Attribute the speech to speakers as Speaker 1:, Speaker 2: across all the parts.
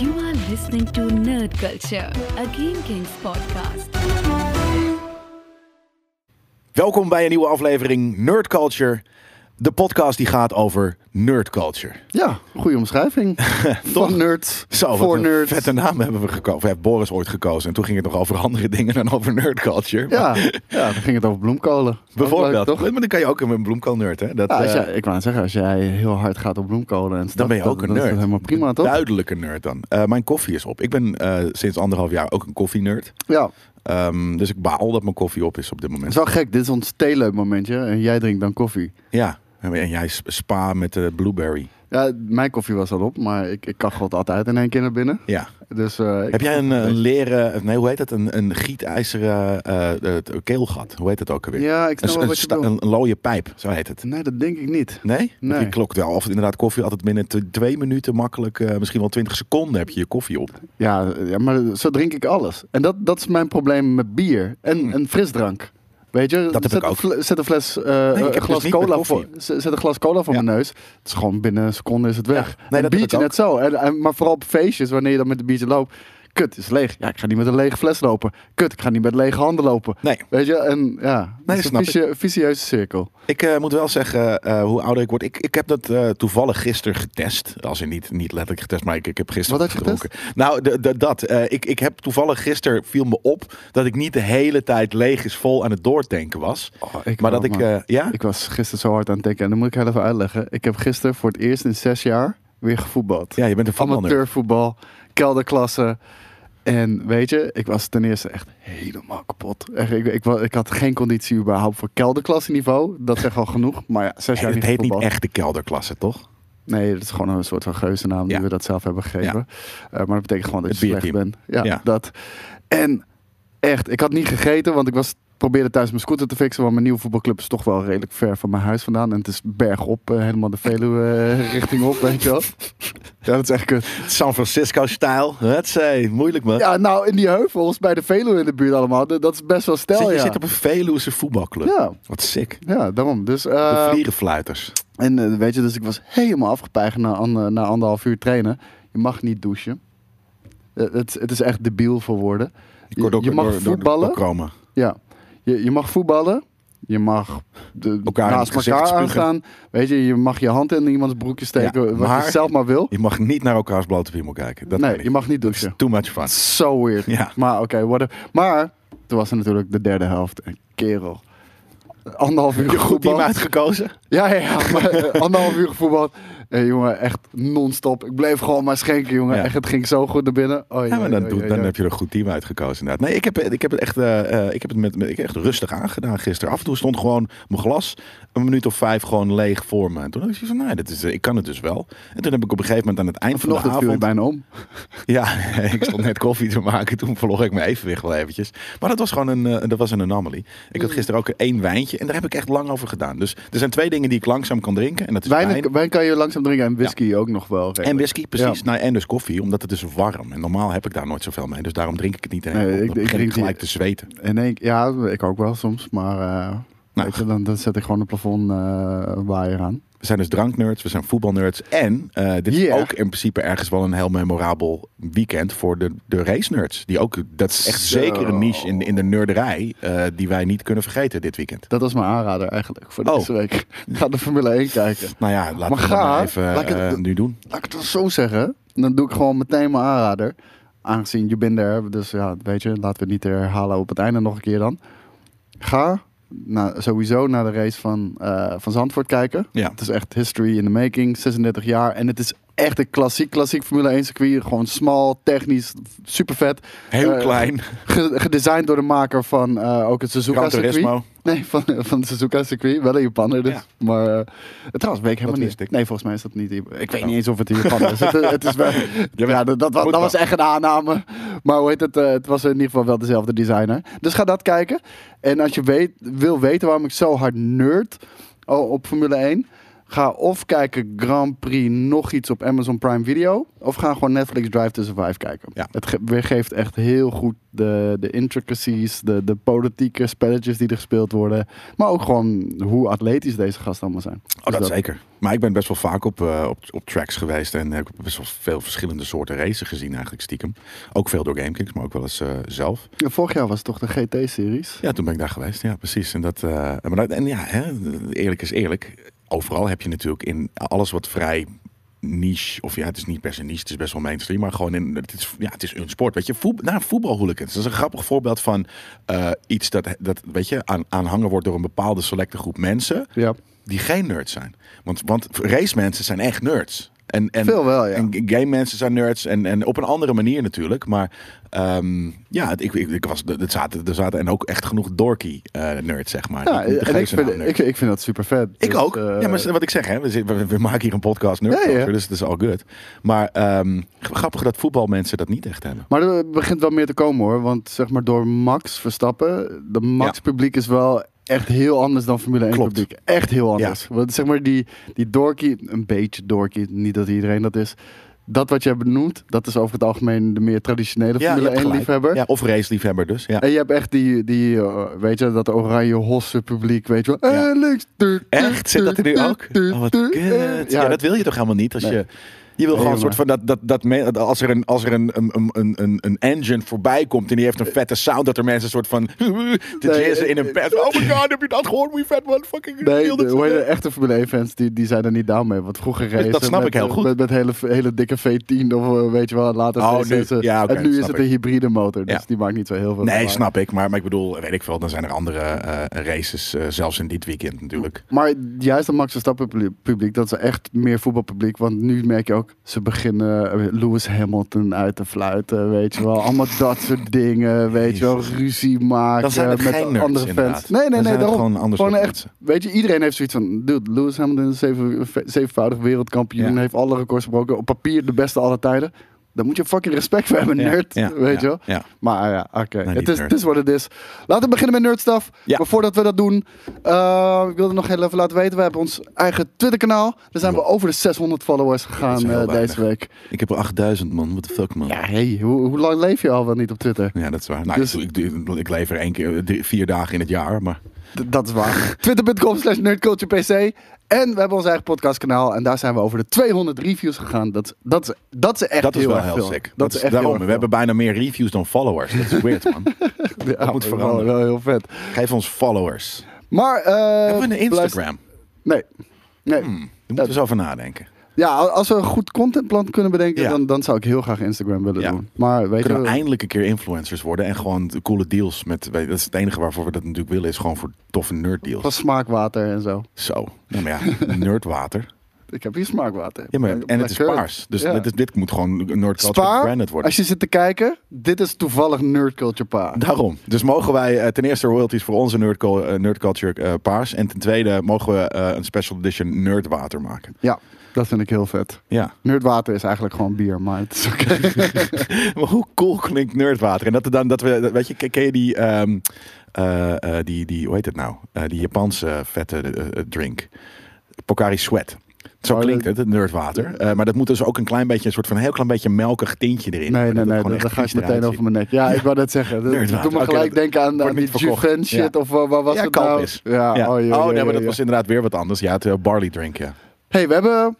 Speaker 1: You are listening to Nerd Culture, a Game Kings podcast.
Speaker 2: Welkom bij een nieuwe aflevering Nerd Culture. De podcast die gaat over nerd culture.
Speaker 3: Ja, goede omschrijving. Van nerd,
Speaker 2: Zo, wat
Speaker 3: voor
Speaker 2: een
Speaker 3: nerd.
Speaker 2: vette naam hebben we gekozen. Of heeft Boris ooit gekozen. En toen ging het nog over andere dingen dan over nerd culture.
Speaker 3: Ja,
Speaker 2: Maar
Speaker 3: ja, dan ging het over bloemkolen. Ook leuk,
Speaker 2: bijvoorbeeld.
Speaker 3: toch?
Speaker 2: maar dan kan je ook een bloemkoolnerd. Hè? Dat,
Speaker 3: Ja, als
Speaker 2: eh,
Speaker 3: jij, ik wou net zeggen, als jij heel hard gaat op bloemkolen... En
Speaker 2: dan ben je ook een
Speaker 3: dan
Speaker 2: nerd.
Speaker 3: is dat helemaal prima, toch?
Speaker 2: Duidelijke nerd dan. Eh, mijn koffie is op. Ik ben eh, sinds anderhalf jaar ook een koffienerd.
Speaker 3: Ja,
Speaker 2: Ehm, dus ik baal dat mijn koffie op is op dit
Speaker 3: het
Speaker 2: moment.
Speaker 3: is wel gek. Dit is ons theeleuk momentje. En jij drinkt dan koffie.
Speaker 2: Ja. En jij sp- spa met de blueberry.
Speaker 3: Ja, mijn koffie was al op, maar ik, ik kachel het altijd in één keer naar binnen.
Speaker 2: Ja.
Speaker 3: Dus, eh, ik-
Speaker 2: Heb jij een, eh, leren, nee hoe heet dat, een, een gietijzeren eh, eh, keelgat? Hoe heet dat ook alweer?
Speaker 3: Ja, ik snap
Speaker 2: een,
Speaker 3: wel
Speaker 2: een,
Speaker 3: wat je
Speaker 2: sta-
Speaker 3: bedoelt.
Speaker 2: een looie pijp, zo heet het.
Speaker 3: Nee, dat denk ik niet.
Speaker 2: Nee?
Speaker 3: Nee.
Speaker 2: Die klokt wel. Of het inderdaad koffie altijd binnen t- twee minuten makkelijk, eh, misschien wel twintig seconden heb je je koffie op.
Speaker 3: Ja, ja, maar zo drink ik alles. En dat, dat is mijn probleem met bier en, en frisdrank. Weet je,
Speaker 2: Hmm. heb
Speaker 3: zet,
Speaker 2: ik
Speaker 3: een
Speaker 2: ook.
Speaker 3: fle- zet een fles, eh,
Speaker 2: ik heb
Speaker 3: een
Speaker 2: dus
Speaker 3: glas
Speaker 2: niet met
Speaker 3: cola
Speaker 2: koffie.
Speaker 3: voor, zet zet een glas cola voor
Speaker 2: Ja.
Speaker 3: mijn neus. Het is gewoon binnen een seconde is het weg.
Speaker 2: nee,
Speaker 3: een
Speaker 2: dat heb ik
Speaker 3: biertje
Speaker 2: ook.
Speaker 3: net zo. En, en- maar vooral op feestjes, wanneer je dan met een biertje loopt. Kut, is leeg. Ja, ik ga niet met een lege fles lopen. Kut, ik ga niet met lege handen lopen.
Speaker 2: Nee.
Speaker 3: Weet je, en ja,
Speaker 2: dat
Speaker 3: het is
Speaker 2: snap
Speaker 3: een
Speaker 2: ik.
Speaker 3: vicie- vicieuze cirkel.
Speaker 2: Ik eh, moet wel zeggen, eh, hoe ouder ik word, ik, ik heb dat eh, toevallig gisteren getest. Als in niet, niet letterlijk getest, maar ik, ik heb gisteren
Speaker 3: Wat had je
Speaker 2: gedronken. Nou, de, de- dat. eh, ik, ik heb toevallig gisteren, viel me op, dat ik niet de hele tijd leeg is vol aan het doortanken was.
Speaker 3: ik
Speaker 2: maar
Speaker 3: wel,
Speaker 2: dat ik,
Speaker 3: man.
Speaker 2: eh, ja?
Speaker 3: Ik was gisteren zo hard aan het denken. En dan moet ik heel even uitleggen. Ik heb gisteren voor het eerst in zes jaar weer gevoetbald.
Speaker 2: ja, je bent een voetballer.
Speaker 3: amateurvoetbal, kelderklasse. En weet je, ik was ten eerste echt helemaal kapot. Echt, ik, ik, wa- ik had geen conditie überhaupt voor kelderklasse niveau. Dat zegt al genoeg. Maar ja, zes jaar
Speaker 2: het
Speaker 3: niet
Speaker 2: heet niet
Speaker 3: voetbal.
Speaker 2: echt de kelderklasse, toch?
Speaker 3: Nee, dat is gewoon een soort van geuzennaam
Speaker 2: Ja.
Speaker 3: die we dat zelf hebben gegeven. Eh, maar dat betekent gewoon dat
Speaker 2: Het
Speaker 3: je slecht
Speaker 2: bierteam.
Speaker 3: bent. Ja,
Speaker 2: Ja.
Speaker 3: dat. En echt, ik had niet gegeten, want ik was probeerde thuis mijn scooter te fixen, want mijn nieuwe voetbalclub is toch wel redelijk ver van mijn huis vandaan. En het is bergop, eh, helemaal de Veluwe eh, richting op, weet je wel. Ja, dat is echt kut.
Speaker 2: San Francisco-stijl. Het zei, moeilijk man.
Speaker 3: Ja, nou, in die heuvels bij de Veluwe in de buurt allemaal. d- Dat is best wel
Speaker 2: Zit-
Speaker 3: stel,
Speaker 2: je
Speaker 3: ja.
Speaker 2: zit op een Veluwse voetbalclub.
Speaker 3: Ja,
Speaker 2: Wat sick. Ehm,
Speaker 3: ja, daarom. Dus,
Speaker 2: De
Speaker 3: eh,
Speaker 2: vlierenfluiters.
Speaker 3: en eh, weet je, dus ik was helemaal afgepeigerd na, an- na anderhalf uur trainen. Je mag niet douchen. Eh, het, het is echt debiel voor woorden.
Speaker 2: Door-
Speaker 3: Je,
Speaker 2: door-
Speaker 3: je mag
Speaker 2: door- door-
Speaker 3: voetballen.
Speaker 2: door Chroma.
Speaker 3: Ja, je, je mag voetballen. Je mag de,
Speaker 2: Elkaar in
Speaker 3: naast
Speaker 2: het gezicht
Speaker 3: elkaar
Speaker 2: spugen.
Speaker 3: aangaan. Weet je, je mag je hand in iemands broekje steken.
Speaker 2: Ja,
Speaker 3: wat
Speaker 2: maar-
Speaker 3: je zelf maar wil.
Speaker 2: Je mag niet naar elkaars blote piemel kijken. Dat kan
Speaker 3: nee,
Speaker 2: niet.
Speaker 3: je mag niet
Speaker 2: Dat is
Speaker 3: douchen.
Speaker 2: too much fun.
Speaker 3: Zo weird.
Speaker 2: Ja.
Speaker 3: Maar oké, whatever. Maar toen was er natuurlijk de derde helft. En kerel. Anderhalf uur
Speaker 2: Je goed team
Speaker 3: gevoetbald.
Speaker 2: uitgekozen.
Speaker 3: Ja, ja, ja. Maar, eh, anderhalf uur gevoetbald. Eh, jongen, echt non-stop. Ik bleef gewoon maar schenken, jongen.
Speaker 2: Ja.
Speaker 3: Echt, het ging zo goed naar binnen. Oh,
Speaker 2: Ja, maar dan, doe-
Speaker 3: doet
Speaker 2: dan heb je er een goed team uitgekozen inderdaad. Nee, ik heb, ik heb het echt, eh, eh, ik heb het met, met- ik heb echt rustig aangedaan gisteren. Af en toe stond gewoon mijn glas een minuut of vijf gewoon leeg voor me. En toen dacht ik van, nee, dit is, eh, ik kan het dus wel. En toen heb ik op een gegeven moment aan het eind van de
Speaker 3: Vanochtend viel ik
Speaker 2: avond...
Speaker 3: bijna om.
Speaker 2: Ja, ik stond net koffie te maken. Toen verloor ik mijn evenwicht wel eventjes. Maar dat was gewoon een, eh, dat was een anomaly. Ik had gisteren ook één wijntje. En daar heb ik echt lang over gedaan. Dus er zijn twee dingen die ik langzaam kan drinken. En dat is wijn,
Speaker 3: Wijn, wijn kan je langzaam drinken en whisky ook nog wel.
Speaker 2: en
Speaker 3: redelijk.
Speaker 2: whisky, precies. Nou, en dus koffie, omdat het is warm. En normaal heb ik daar nooit zoveel mee. Dus daarom drink ik het niet. helemaal.
Speaker 3: Nee, ik-
Speaker 2: dan
Speaker 3: ik
Speaker 2: begin ik
Speaker 3: drink die-
Speaker 2: gelijk te zweten.
Speaker 3: En ik, ja, ik ook wel soms. Maar eh,
Speaker 2: Nou,
Speaker 3: weet je, dan, dan zet ik gewoon een plafond eh, waaier aan.
Speaker 2: We zijn dus dranknerds, we zijn voetbalnerds. En eh, dit is
Speaker 3: Yeah.
Speaker 2: ook in principe ergens wel een heel memorabel weekend voor de, de race-nerds. Die ook, dat is echt
Speaker 3: Zo.
Speaker 2: zeker een niche in, in de nerderij eh, die wij niet kunnen vergeten dit weekend.
Speaker 3: Dat was mijn aanrader eigenlijk voor
Speaker 2: Oh.
Speaker 3: deze week. Ga de Formule 1 kijken.
Speaker 2: Nou ja, laten
Speaker 3: Maar
Speaker 2: we dat
Speaker 3: ga,
Speaker 2: maar even
Speaker 3: laat ik het-
Speaker 2: eh, nu doen.
Speaker 3: Laat ik het dan zo zeggen. Dan doe ik gewoon meteen mijn aanrader. Aangezien je bent er. Dus ja, weet je, laten we het niet herhalen op het einde nog een keer dan. Ga nou, sowieso naar de race van, eh, van Zandvoort kijken.
Speaker 2: Ja.
Speaker 3: Het is echt history in the making. 36 jaar. En het is echt een klassiek, klassiek Formule 1 circuit. Gewoon smal, technisch, super vet.
Speaker 2: Heel
Speaker 3: Eh,
Speaker 2: klein.
Speaker 3: ge- gedesigned door de maker van eh, ook het Suzuka
Speaker 2: Gran
Speaker 3: circuit.
Speaker 2: Turismo.
Speaker 3: Nee, van, van het Suzuka circuit. Wel een Japaner dus.
Speaker 2: Ja.
Speaker 3: Maar eh, trouwens, weet ik helemaal
Speaker 2: wist
Speaker 3: niet.
Speaker 2: ik.
Speaker 3: Nee, volgens mij is dat niet. Ik weet
Speaker 2: Oh.
Speaker 3: niet eens of het in Japan is. het, het is wel,
Speaker 2: Jawel,
Speaker 3: ja, dat, dat, wa-
Speaker 2: moet
Speaker 3: dat
Speaker 2: wel.
Speaker 3: was echt een aanname. Maar hoe heet het? eh, het was in ieder geval wel dezelfde designer. Dus ga dat kijken. En als je weet, wil weten waarom ik zo hard nerd o- oh, op Formule 1. Ga of kijken Grand Prix nog iets op Amazon Prime Video. Of ga gewoon Netflix Drive to Survive kijken.
Speaker 2: Ja.
Speaker 3: Het ge- weergeeft echt heel goed de, de intricacies, de, de politieke spelletjes die er gespeeld worden. Maar ook gewoon hoe atletisch deze gasten allemaal zijn.
Speaker 2: Oh, dat,
Speaker 3: Dus
Speaker 2: zeker. Maar ik ben best wel vaak op, eh, op, op tracks geweest en heb best wel veel verschillende soorten races gezien eigenlijk stiekem. Ook veel door GameKings, maar ook wel eens eh, zelf.
Speaker 3: Ja, Vorig jaar was het toch de GT-series?
Speaker 2: Ja, toen ben ik daar geweest. Ja, precies. En, dat, eh, maar dat, en ja, hè, eerlijk is eerlijk. Overal heb je natuurlijk in alles wat vrij niche, of ja, het is niet per se niche, het is best wel mainstream, maar gewoon in, het is, ja, het is een sport. Weet je, voet, nou, voetbalhooligans, dat is een grappig voorbeeld van eh, iets dat, dat weet je, aan, aanhangen wordt door een bepaalde selecte groep mensen
Speaker 3: Ja.
Speaker 2: die geen nerds zijn. Want, want race mensen zijn echt nerds. En, en,
Speaker 3: Veel wel, ja.
Speaker 2: En game mensen zijn nerds. En, en op een andere manier natuurlijk. Maar ehm, ja, het, ik, ik, ik was, er, zaten, er zaten en ook echt genoeg dorky eh, nerds, zeg maar.
Speaker 3: Ja,
Speaker 2: Niet- niet de
Speaker 3: en ik vind,
Speaker 2: gijzelaar
Speaker 3: ik,
Speaker 2: nerds.
Speaker 3: ik vind dat super vet.
Speaker 2: Ik
Speaker 3: Dus,
Speaker 2: ook.
Speaker 3: eh,
Speaker 2: ja, maar wat ik zeg, hè, we, zitten- we, we maken hier een podcast nerd
Speaker 3: Ja, ja.
Speaker 2: over, dus het is al good. Maar ehm, grappig dat voetbalmensen dat niet echt hebben.
Speaker 3: Maar er begint wel meer te komen hoor. Want zeg maar door Max Verstappen. De Max
Speaker 2: Ja.
Speaker 3: publiek is wel echt heel anders dan Formule 1
Speaker 2: Klopt.
Speaker 3: publiek. Echt heel anders. Want zeg maar die, die dorky, een beetje dorky, niet dat iedereen dat is. Dat wat jij benoemt, dat is over het algemeen de meer traditionele
Speaker 2: je
Speaker 3: Formule
Speaker 2: hebt
Speaker 3: 1
Speaker 2: gelijk.
Speaker 3: liefhebber.
Speaker 2: Ja, of race liefhebber dus. Ja.
Speaker 3: En je hebt echt die, die eh, weet je, dat oranje hosse publiek, weet je wel.
Speaker 2: Ja.
Speaker 3: Eh, links. tu, tu,
Speaker 2: Echt? Zit dat er nu
Speaker 3: tu,
Speaker 2: ook?
Speaker 3: tu,
Speaker 2: Oh, wat
Speaker 3: tu,
Speaker 2: kut.
Speaker 3: eh.
Speaker 2: Ja, dat wil je toch helemaal niet? Als
Speaker 3: Nee.
Speaker 2: je, je wil gewoon een soort
Speaker 3: jongen.
Speaker 2: van dat, dat, dat me- als er, een, als er een, een, een, een, een engine voorbij komt en die heeft een vette sound, dat er mensen een soort van te
Speaker 3: Nee,
Speaker 2: jazzen in een pet. Oh my god, heb je dat gehoord? Hoe je vet man, fucking
Speaker 3: Nee,
Speaker 2: wild
Speaker 3: de,
Speaker 2: dat
Speaker 3: hoe heet
Speaker 2: ze-
Speaker 3: het, echte Formule 1 fans die, die zijn er niet down mee. Want vroeger racen
Speaker 2: dat snap
Speaker 3: met,
Speaker 2: ik heel
Speaker 3: eh,
Speaker 2: goed.
Speaker 3: Met, met hele, hele dikke V10 of eh, weet je wel, later
Speaker 2: Oh,
Speaker 3: V6'en.
Speaker 2: nu. Ja, oké,
Speaker 3: En nu is
Speaker 2: snap
Speaker 3: het
Speaker 2: ik.
Speaker 3: een hybride motor, dus
Speaker 2: Ja.
Speaker 3: die maakt niet zo heel veel
Speaker 2: Nee,
Speaker 3: lawaai.
Speaker 2: snap ik. Maar, maar ik bedoel, weet ik veel, dan zijn er andere eh, races, eh, zelfs in dit weekend natuurlijk.
Speaker 3: Maar juist dat Max Verstappen publiek- publiek, dat is echt meer voetbalpubliek. Want nu merk je ook, ze beginnen eh, Lewis Hamilton uit te fluiten, weet je wel. Allemaal dat soort dingen, weet je wel.
Speaker 2: Jezus.
Speaker 3: Ruzie maken
Speaker 2: Dan zijn het
Speaker 3: met
Speaker 2: geen nerds,
Speaker 3: andere
Speaker 2: inderdaad.
Speaker 3: fans. Nee, nee,
Speaker 2: Dan
Speaker 3: nee,
Speaker 2: zijn het
Speaker 3: daarom.
Speaker 2: gewoon anders soort
Speaker 3: echt,
Speaker 2: mensen.
Speaker 3: weet je, iedereen heeft zoiets van, dude, Lewis Hamilton is zeven, zevenvoudig wereldkampioen.
Speaker 2: Ja.
Speaker 3: Heeft alle records gebroken. Op papier de beste aller tijden. Daar moet je fucking respect voor hebben,
Speaker 2: Ja,
Speaker 3: nerd.
Speaker 2: ja,
Speaker 3: weet je
Speaker 2: ja,
Speaker 3: wel.
Speaker 2: ja.
Speaker 3: Maar ja, oké.
Speaker 2: Nee,
Speaker 3: Het
Speaker 2: niet
Speaker 3: is,
Speaker 2: nerd.
Speaker 3: het is wat het is. Laten we beginnen met nerd stuff.
Speaker 2: Ja.
Speaker 3: Maar voordat we dat doen, eh, ik wilde nog heel even laten weten. We hebben ons eigen Twitter kanaal. Daar zijn we over de 600 followers
Speaker 2: Dat
Speaker 3: gegaan
Speaker 2: is heel
Speaker 3: eh,
Speaker 2: weinig.
Speaker 3: deze week.
Speaker 2: Ik heb er 8000 man, what the fuck man.
Speaker 3: Ja, hey, hoe, hoe lang leef je al wel niet op Twitter?
Speaker 2: Ja, dat is waar. Nou,
Speaker 3: Dus-
Speaker 2: ik, ik, ik leef er één keer, drie- vier dagen in het jaar, maar...
Speaker 3: D- dat is waar. Twitter.com slash nerdculturepc. En we hebben ons eigen podcastkanaal. En daar zijn we over de 200 reviews gegaan. Dat, is- dat, is- dat is echt
Speaker 2: Dat is
Speaker 3: heel
Speaker 2: wel
Speaker 3: erg
Speaker 2: heel
Speaker 3: veel.
Speaker 2: sick.
Speaker 3: Dat,
Speaker 2: Dat
Speaker 3: is
Speaker 2: is
Speaker 3: echt
Speaker 2: daarom.
Speaker 3: heel erg
Speaker 2: We hebben bijna meer reviews dan followers. Dat is weird, man.
Speaker 3: veel. Ja,
Speaker 2: moet
Speaker 3: maar
Speaker 2: veranderen.
Speaker 3: Wel, wel heel vet.
Speaker 2: Geef ons followers.
Speaker 3: Maar... eh,
Speaker 2: hebben we een
Speaker 3: beluister-
Speaker 2: Instagram? Hmm.
Speaker 3: Nee. Nee.
Speaker 2: Daar moeten we eens over nadenken.
Speaker 3: Ja, al- als we een goed contentplan kunnen bedenken,
Speaker 2: Ja.
Speaker 3: dan, dan zou ik heel graag Instagram willen
Speaker 2: Ja.
Speaker 3: doen. Maar weet
Speaker 2: Kunnen
Speaker 3: je,
Speaker 2: we eindelijk een keer influencers worden en gewoon de coole deals met... weet je, Dat is het enige waarvoor we dat natuurlijk willen, is gewoon voor toffe nerd
Speaker 3: van
Speaker 2: deals.
Speaker 3: smaakwater en zo.
Speaker 2: Zo. Nou, maar ja, nerdwater.
Speaker 3: Ik heb hier smaakwater.
Speaker 2: Ja, maar,
Speaker 3: Black-
Speaker 2: en het is
Speaker 3: Black Currant.
Speaker 2: paars. Dus
Speaker 3: Ja.
Speaker 2: dit, is- dit moet gewoon nerd culture
Speaker 3: Spaar,
Speaker 2: branded worden.
Speaker 3: als je zit te kijken, dit is toevallig Nerd Culture Paar.
Speaker 2: Daarom. Dus mogen wij eh, ten eerste royalties voor onze nerd, cul- eh, nerd culture eh, paars. En ten tweede mogen we eh, een special edition nerdwater maken.
Speaker 3: Ja, dat vind ik heel vet.
Speaker 2: Ja.
Speaker 3: Nerdwater is eigenlijk gewoon bier, maar het is oké.
Speaker 2: Maar hoe cool klinkt nerdwater? En dat, er dan, dat we, dat- weet je, ken- ken je die, ehm, eh, eh, die, die hoe heet het nou? Eh, die Japanse vette eh, eh, drink. Pocari Sweat. Zo
Speaker 3: Oh,
Speaker 2: klinkt
Speaker 3: dat-
Speaker 2: het, het nerdwater. Eh, maar dat moet dus ook een klein beetje, een soort van heel klein beetje melkig tintje erin.
Speaker 3: Nee, nee,
Speaker 2: Dat het
Speaker 3: nee,
Speaker 2: gewoon
Speaker 3: dan
Speaker 2: echt
Speaker 3: dan ga ik
Speaker 2: vies eruit
Speaker 3: meteen over
Speaker 2: ziet.
Speaker 3: mijn nek. Ja, ik wou dat zeggen. Dat-
Speaker 2: Nerdwater.
Speaker 3: Doe me
Speaker 2: Oké,
Speaker 3: gelijk
Speaker 2: dat
Speaker 3: denken aan,
Speaker 2: wordt
Speaker 3: aan die
Speaker 2: niet verkocht.
Speaker 3: Juven shit
Speaker 2: Ja.
Speaker 3: of eh, wat was
Speaker 2: Ja,
Speaker 3: het nou?
Speaker 2: kalpis.
Speaker 3: Ja,
Speaker 2: Ja.
Speaker 3: oh,
Speaker 2: Oh,
Speaker 3: joh, joh,
Speaker 2: nee, maar
Speaker 3: joh,
Speaker 2: dat
Speaker 3: joh.
Speaker 2: was inderdaad weer wat anders. Ja, het eh, barley drink, ja.
Speaker 3: Hey, we hebben,